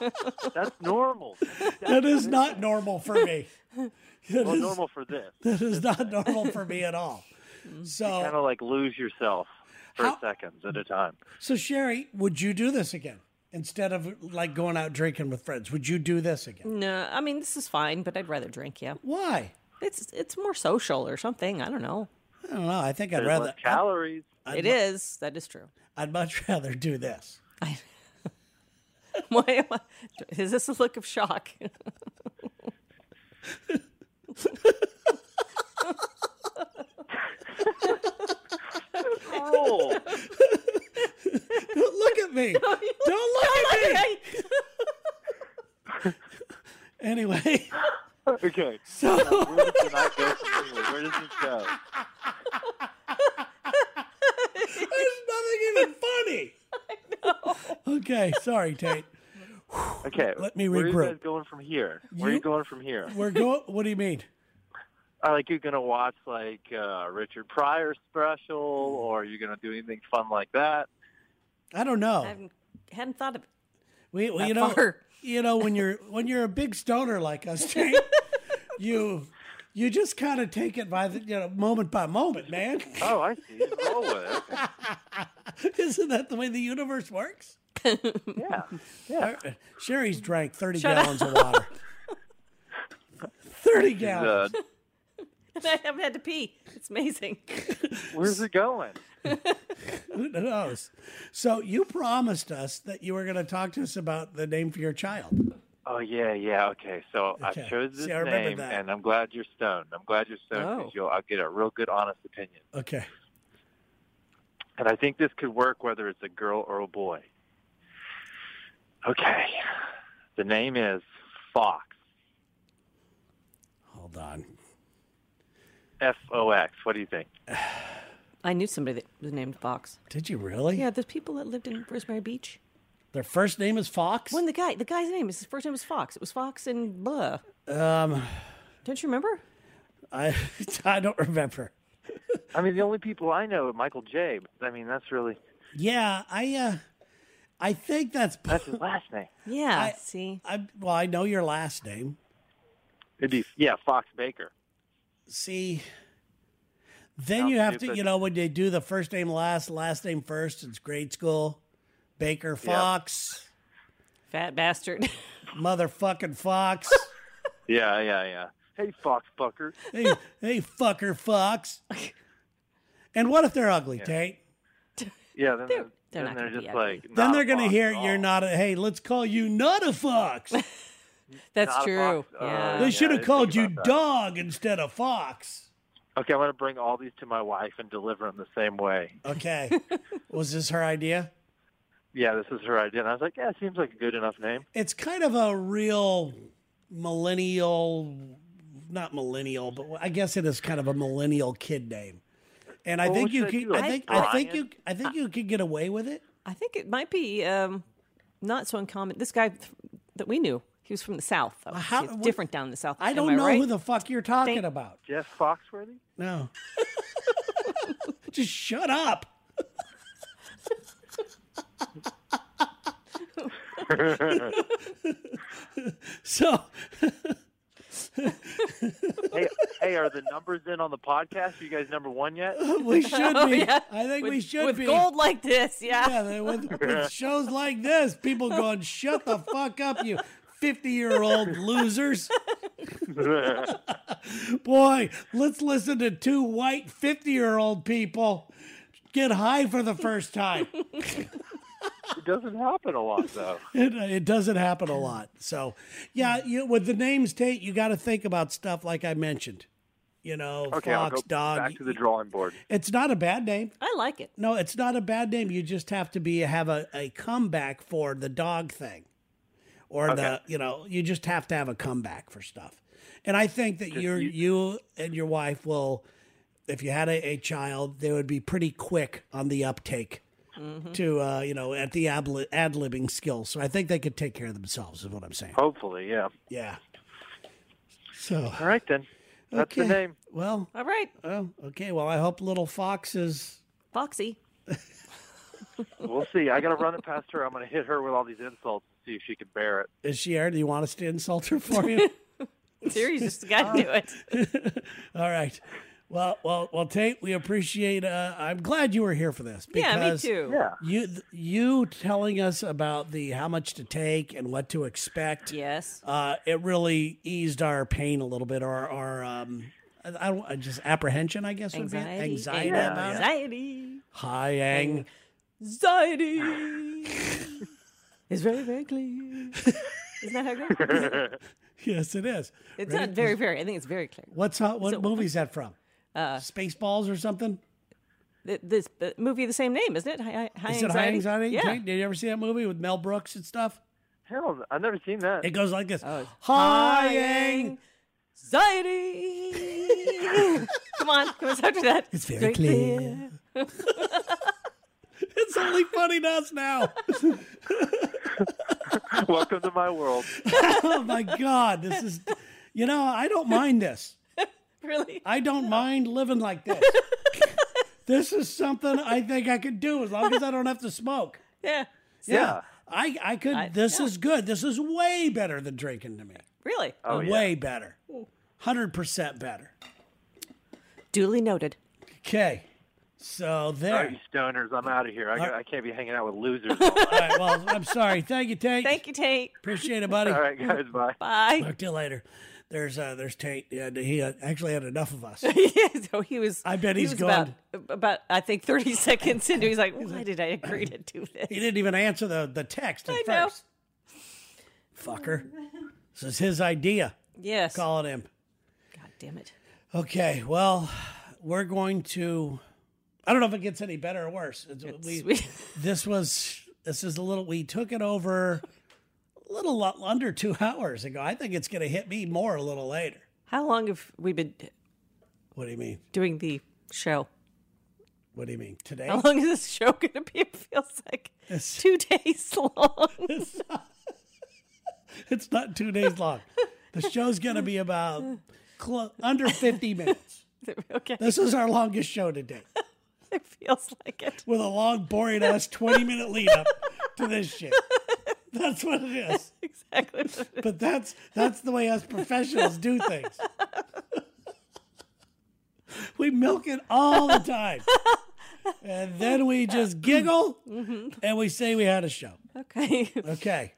[SPEAKER 3] That's normal.
[SPEAKER 1] that is not normal for me. That
[SPEAKER 3] Well,
[SPEAKER 1] is-
[SPEAKER 3] normal for this.
[SPEAKER 1] that is not normal for me at all.
[SPEAKER 3] Kind
[SPEAKER 1] So,
[SPEAKER 3] of like lose yourself for
[SPEAKER 1] How-
[SPEAKER 3] seconds at a time.
[SPEAKER 1] so Sherry, would you do this again instead of like going out drinking with friends? Would you do this again?
[SPEAKER 2] no, I mean this is fine, but I'd rather drink. Yeah,
[SPEAKER 1] Why?
[SPEAKER 2] it's it's more social or something. I don't know.
[SPEAKER 1] I don't know. I think I'd
[SPEAKER 3] There's
[SPEAKER 1] rather
[SPEAKER 3] less calories.
[SPEAKER 1] I'd,
[SPEAKER 2] It is
[SPEAKER 1] mu-
[SPEAKER 2] that is true.
[SPEAKER 1] I'd much rather do this.
[SPEAKER 2] I, why am I? Is this a look of shock?
[SPEAKER 3] Roll.
[SPEAKER 1] Don't look at me. Don't look at me. Anyway,
[SPEAKER 3] okay.
[SPEAKER 1] so
[SPEAKER 3] Where does the night go from here? Where does this go?
[SPEAKER 1] there's nothing even funny. Okay, sorry, Tate.
[SPEAKER 3] Okay.
[SPEAKER 1] Let me
[SPEAKER 3] Where are you
[SPEAKER 1] regroup.
[SPEAKER 3] guys going from here? Where are
[SPEAKER 1] You-
[SPEAKER 3] you going from here?
[SPEAKER 1] We're going. What do you mean?
[SPEAKER 3] Are like you gonna watch like uh, Richard Pryor special, or are you gonna do anything fun like that?
[SPEAKER 1] I don't know.
[SPEAKER 2] I haven't, hadn't thought of it.
[SPEAKER 1] We, well,
[SPEAKER 2] that
[SPEAKER 1] you know,
[SPEAKER 2] far.
[SPEAKER 1] you know when you're when you're a big stoner like us, Jane, you you just kind of take it by the you know moment by moment, man.
[SPEAKER 3] Oh, I see. Roll with it. Okay.
[SPEAKER 1] Isn't that the way the universe works?
[SPEAKER 3] Yeah.
[SPEAKER 1] Uh, Sherry's drank thirty
[SPEAKER 2] Shut
[SPEAKER 1] gallons of water. Thirty
[SPEAKER 3] Uh,
[SPEAKER 1] gallons.
[SPEAKER 2] I haven't had to pee. It's amazing.
[SPEAKER 3] where's it going?
[SPEAKER 1] Who knows? So you promised us that you were going to talk to us about the name for your child.
[SPEAKER 3] Oh yeah, yeah. Okay, so
[SPEAKER 1] Okay.
[SPEAKER 3] I chose this
[SPEAKER 1] See, I remember
[SPEAKER 3] name,
[SPEAKER 1] that.
[SPEAKER 3] and I'm glad you're stoned. I'm glad you're stoned
[SPEAKER 2] Oh.
[SPEAKER 3] because you'll I'll get a real good, honest opinion.
[SPEAKER 1] Okay.
[SPEAKER 3] And I think this could work whether it's a girl or a boy. Okay, the name is Fox.
[SPEAKER 1] Hold on.
[SPEAKER 3] F O X. What do you think?
[SPEAKER 2] I knew somebody that was named Fox.
[SPEAKER 1] Did you really?
[SPEAKER 2] Yeah, there's people that lived in Rosemary Beach.
[SPEAKER 1] Their first name is Fox.
[SPEAKER 2] When the guy, the guy's name, his first name was Fox. It was Fox and blah.
[SPEAKER 1] Um,
[SPEAKER 2] Don't you remember?
[SPEAKER 1] I I don't remember.
[SPEAKER 3] I mean, the only people I know are Michael J. But, I mean, that's really
[SPEAKER 1] Yeah, I uh I think that's
[SPEAKER 3] that's his last name.
[SPEAKER 2] Yeah.
[SPEAKER 1] I-
[SPEAKER 2] see,
[SPEAKER 1] I well, I know your last name.
[SPEAKER 3] It'd be yeah, Fox Baker.
[SPEAKER 1] See then
[SPEAKER 3] Sounds
[SPEAKER 1] you have to
[SPEAKER 3] stupid.
[SPEAKER 1] you know when they do the first name last, last name first, it's grade school. Baker Fox,
[SPEAKER 2] fat bastard.
[SPEAKER 1] motherfucking Fox.
[SPEAKER 3] Yeah, yeah, yeah. Hey, Fox Bucker.
[SPEAKER 1] hey, hey fucker Fox. And what if they're ugly, Tate?
[SPEAKER 3] Yeah, then
[SPEAKER 2] They're-
[SPEAKER 3] they're,
[SPEAKER 2] they're
[SPEAKER 3] then
[SPEAKER 2] not
[SPEAKER 3] they're
[SPEAKER 2] gonna be
[SPEAKER 3] just
[SPEAKER 2] ugly.
[SPEAKER 3] like
[SPEAKER 1] Then
[SPEAKER 3] not
[SPEAKER 1] they're
[SPEAKER 3] a
[SPEAKER 1] gonna
[SPEAKER 3] fox
[SPEAKER 1] hear
[SPEAKER 3] at all.
[SPEAKER 1] you're not a hey, let's call you not a fox.
[SPEAKER 2] That's
[SPEAKER 3] Not a
[SPEAKER 2] true.
[SPEAKER 3] Fox. Uh,
[SPEAKER 2] yeah.
[SPEAKER 1] they
[SPEAKER 3] yeah,
[SPEAKER 1] should
[SPEAKER 3] I
[SPEAKER 1] have
[SPEAKER 3] didn't
[SPEAKER 1] called
[SPEAKER 3] think
[SPEAKER 1] you
[SPEAKER 3] about that.
[SPEAKER 1] dog instead of fox.
[SPEAKER 3] Okay, I'm gonna bring all these to my wife and deliver them the same way.
[SPEAKER 1] Okay. Was this her idea?
[SPEAKER 3] Yeah, this is her idea. And I was like, yeah, it seems like a good enough name.
[SPEAKER 1] It's kind of a real millennial, not millennial, but I guess it is kind of a millennial kid name. And I
[SPEAKER 3] Well,
[SPEAKER 1] think
[SPEAKER 3] what
[SPEAKER 1] you
[SPEAKER 3] should I
[SPEAKER 1] could,
[SPEAKER 3] do?
[SPEAKER 1] I
[SPEAKER 3] Like
[SPEAKER 1] think, I think you,
[SPEAKER 3] Brian?
[SPEAKER 1] I think you could get away with it.
[SPEAKER 2] I think it might be um, not so uncommon. This guy th- that we knew, he was from the South. Though.
[SPEAKER 1] how-
[SPEAKER 2] See, it's
[SPEAKER 1] what-
[SPEAKER 2] different down in the South.
[SPEAKER 1] I
[SPEAKER 2] Am
[SPEAKER 1] don't know
[SPEAKER 2] right?
[SPEAKER 1] who the fuck you're talking
[SPEAKER 2] Thank-
[SPEAKER 1] about.
[SPEAKER 3] Jeff Foxworthy?
[SPEAKER 1] No. Just shut up. so,
[SPEAKER 3] hey, hey, are the numbers in on the podcast? Are you guys number one yet?
[SPEAKER 1] we should
[SPEAKER 2] Oh,
[SPEAKER 1] be.
[SPEAKER 2] yeah.
[SPEAKER 1] I think
[SPEAKER 2] with,
[SPEAKER 1] we should
[SPEAKER 2] with
[SPEAKER 1] be.
[SPEAKER 2] gold like this. Yeah.
[SPEAKER 1] Yeah, they- with, with shows like this, people going, shut the fuck up, you 50 year old losers. Boy, let's listen to two white 50 year old people get high for the first time.
[SPEAKER 3] It doesn't happen a lot, though.
[SPEAKER 1] It, uh, it doesn't happen a lot. So, yeah, you, with the names, Tate, you got to think about stuff like I mentioned. you know,
[SPEAKER 3] Okay, I'll
[SPEAKER 1] fox,
[SPEAKER 3] go
[SPEAKER 1] dog.
[SPEAKER 3] back to the drawing board.
[SPEAKER 1] It's not a bad name.
[SPEAKER 2] I like it.
[SPEAKER 1] No, it's not a bad name. You just have to be have a, a comeback for the dog thing. Or the you know, you just have to have a comeback for stuff. And I think that you're you, and your wife will if you had a, a child, they would be pretty quick on the uptake
[SPEAKER 3] Mm-hmm.
[SPEAKER 1] to uh, you know, at the ad libbing skills. So I think they could take care of themselves is what I'm
[SPEAKER 3] Oh.
[SPEAKER 1] saying.
[SPEAKER 3] Hopefully, yeah.
[SPEAKER 1] Yeah. So
[SPEAKER 3] All right then. That's the
[SPEAKER 1] Okay.
[SPEAKER 3] name.
[SPEAKER 1] Well,
[SPEAKER 2] All right,
[SPEAKER 1] oh, okay. Well, I hope little fox is
[SPEAKER 2] Foxy.
[SPEAKER 3] We'll see. I got to run it past her. I'm going to hit her with all these insults and see if she can bear it.
[SPEAKER 1] is she here? Do you want us to insult her for you?
[SPEAKER 2] Siri's just got to do it.
[SPEAKER 1] All right. Well, well, well, Tate, we appreciate. Uh, I'm glad you were here for this.
[SPEAKER 2] Yeah, me
[SPEAKER 1] because
[SPEAKER 2] too.
[SPEAKER 1] You, you telling us about the how much to take and what to expect.
[SPEAKER 2] Yes.
[SPEAKER 1] Uh, it really eased our pain a little bit, or our um, I, I don't I just apprehension, I guess, would be
[SPEAKER 2] Anxiety.
[SPEAKER 1] anxiety about it.
[SPEAKER 2] Anxiety.
[SPEAKER 1] Hi, Ang.
[SPEAKER 2] Anxiety. it's very, very clear. Isn't that how it goes?
[SPEAKER 1] Yes, it is.
[SPEAKER 2] It's
[SPEAKER 1] Ready?
[SPEAKER 2] not very, very. I think it's very clear.
[SPEAKER 1] What's how, what movie is that from? Uh, Spaceballs or something?
[SPEAKER 2] Th- This uh, movie, of the same name, isn't it? High, high
[SPEAKER 1] Is
[SPEAKER 2] anxiety.
[SPEAKER 1] it High Anxiety?
[SPEAKER 2] Yeah.
[SPEAKER 1] Kate, Did you ever see that movie with Mel Brooks and stuff?
[SPEAKER 3] Hell, I've never seen that.
[SPEAKER 1] It goes like this.
[SPEAKER 2] Oh, it's
[SPEAKER 1] Hi, Ang.
[SPEAKER 2] Hi, Anxiety. come on, come on, after that.
[SPEAKER 1] It's very clear. It's only funny to us now.
[SPEAKER 3] Welcome to my world.
[SPEAKER 1] oh my God, this is. You know, I don't mind this.
[SPEAKER 2] Really?
[SPEAKER 1] I don't mind living like this. this is something I think I could do as long as I don't have to smoke.
[SPEAKER 2] Yeah.
[SPEAKER 3] Yeah.
[SPEAKER 1] I, I could.
[SPEAKER 2] I-
[SPEAKER 1] this
[SPEAKER 2] yeah.
[SPEAKER 1] is good. This is way better than drinking to me. Uh,
[SPEAKER 2] Really?
[SPEAKER 3] Oh, yeah.
[SPEAKER 1] way better. 100% better.
[SPEAKER 2] Duly noted.
[SPEAKER 1] Okay. So
[SPEAKER 3] All
[SPEAKER 1] there.
[SPEAKER 3] right, you stoners, I'm out of here. I,
[SPEAKER 1] All right.
[SPEAKER 3] I can't be hanging out with losers.
[SPEAKER 1] All right. Well, I'm sorry. Thank you, Tate.
[SPEAKER 2] Thank you, Tate.
[SPEAKER 1] Appreciate it, buddy.
[SPEAKER 3] All right, guys, bye.
[SPEAKER 2] Bye.
[SPEAKER 1] Talk to you later. There's uh, there's Tate. Yeah, he uh, actually had enough of us.
[SPEAKER 2] yeah, so he was.
[SPEAKER 1] I bet
[SPEAKER 2] he
[SPEAKER 1] he's
[SPEAKER 2] was About, about, I think, 30 seconds into he's like, why did I agree to do
[SPEAKER 1] He
[SPEAKER 2] this?
[SPEAKER 1] didn't even answer the the text at
[SPEAKER 2] I know.
[SPEAKER 1] first. Fucker. This is his idea.
[SPEAKER 2] Yes. God
[SPEAKER 1] Calling him.
[SPEAKER 2] damn it.
[SPEAKER 1] Okay. Well, we're going to. I don't know if it gets any better or worse. It's- we-
[SPEAKER 2] Sweet.
[SPEAKER 1] this was this is a little. We took it over a little lo- under two hours ago. I think it's going to hit me more a little later.
[SPEAKER 2] How long have we been
[SPEAKER 1] What do you mean?
[SPEAKER 2] doing the show?
[SPEAKER 1] What do you mean today?
[SPEAKER 2] How long is this show going to be? It feels like
[SPEAKER 1] It's-
[SPEAKER 2] Oh, two days long.
[SPEAKER 1] It's not two days long. The show's going to be about clo- under 50 minutes.
[SPEAKER 2] okay,
[SPEAKER 1] This is our longest show to date
[SPEAKER 2] it feels like it.
[SPEAKER 1] with a long, boring ass 20 minute lead up to this shit. That's what it is.
[SPEAKER 2] Exactly. what it is.
[SPEAKER 1] But that's that's the way us professionals do things. We milk it all the time. And then we just giggle and we say we had a show.
[SPEAKER 2] Okay.
[SPEAKER 1] Okay.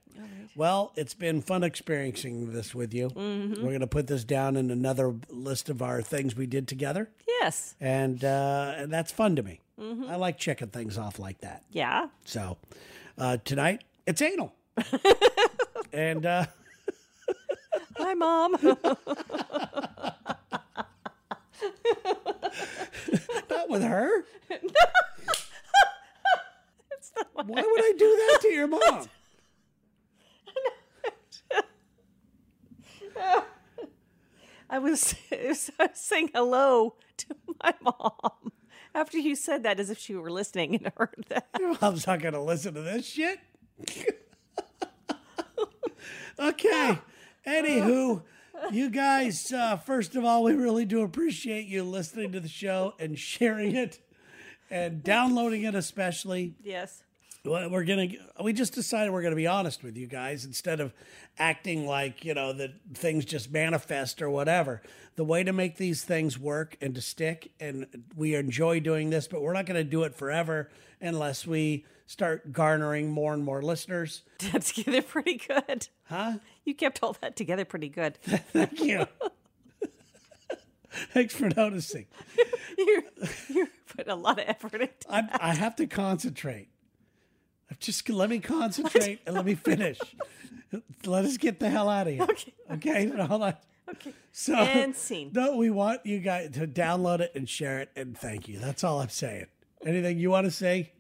[SPEAKER 1] Well, it's been fun experiencing this with you. We're going to put this down in another list of our things we did together,
[SPEAKER 2] yes.
[SPEAKER 1] and uh, and that's fun to me. I like checking things off like that.
[SPEAKER 2] Yeah.
[SPEAKER 1] So uh, tonight it's anal, and uh,
[SPEAKER 2] Hi, mom.
[SPEAKER 1] not with her. Why would I do that to your mom?
[SPEAKER 2] I was, I was saying hello to my mom after you said that, as if she were listening and heard that.
[SPEAKER 1] Your mom's not going to listen to this shit. okay. Anywho, you guys, uh, first of all, we really do appreciate you listening to the show and sharing it and downloading it, especially.
[SPEAKER 2] Yes.
[SPEAKER 1] Well, We're gonna. We just decided we're gonna be honest with you guys instead of acting like you know that things just manifest or whatever. The way to make these things work and to stick, and we enjoy doing this, but we're not gonna do it forever unless we start garnering more and more listeners.
[SPEAKER 2] That's together pretty good. Huh? You kept all that together pretty good.
[SPEAKER 1] Thank you. Thanks for noticing.
[SPEAKER 2] you you put a lot of effort into
[SPEAKER 1] I, I have to concentrate. I'm Just let me concentrate and let me finish. Let us get the hell out of here. Okay. Okay. Hold on.
[SPEAKER 2] Okay.
[SPEAKER 1] So
[SPEAKER 2] And scene.
[SPEAKER 1] No, we want you guys to download it and share it and thank you. That's all I'm saying. Anything you want to say?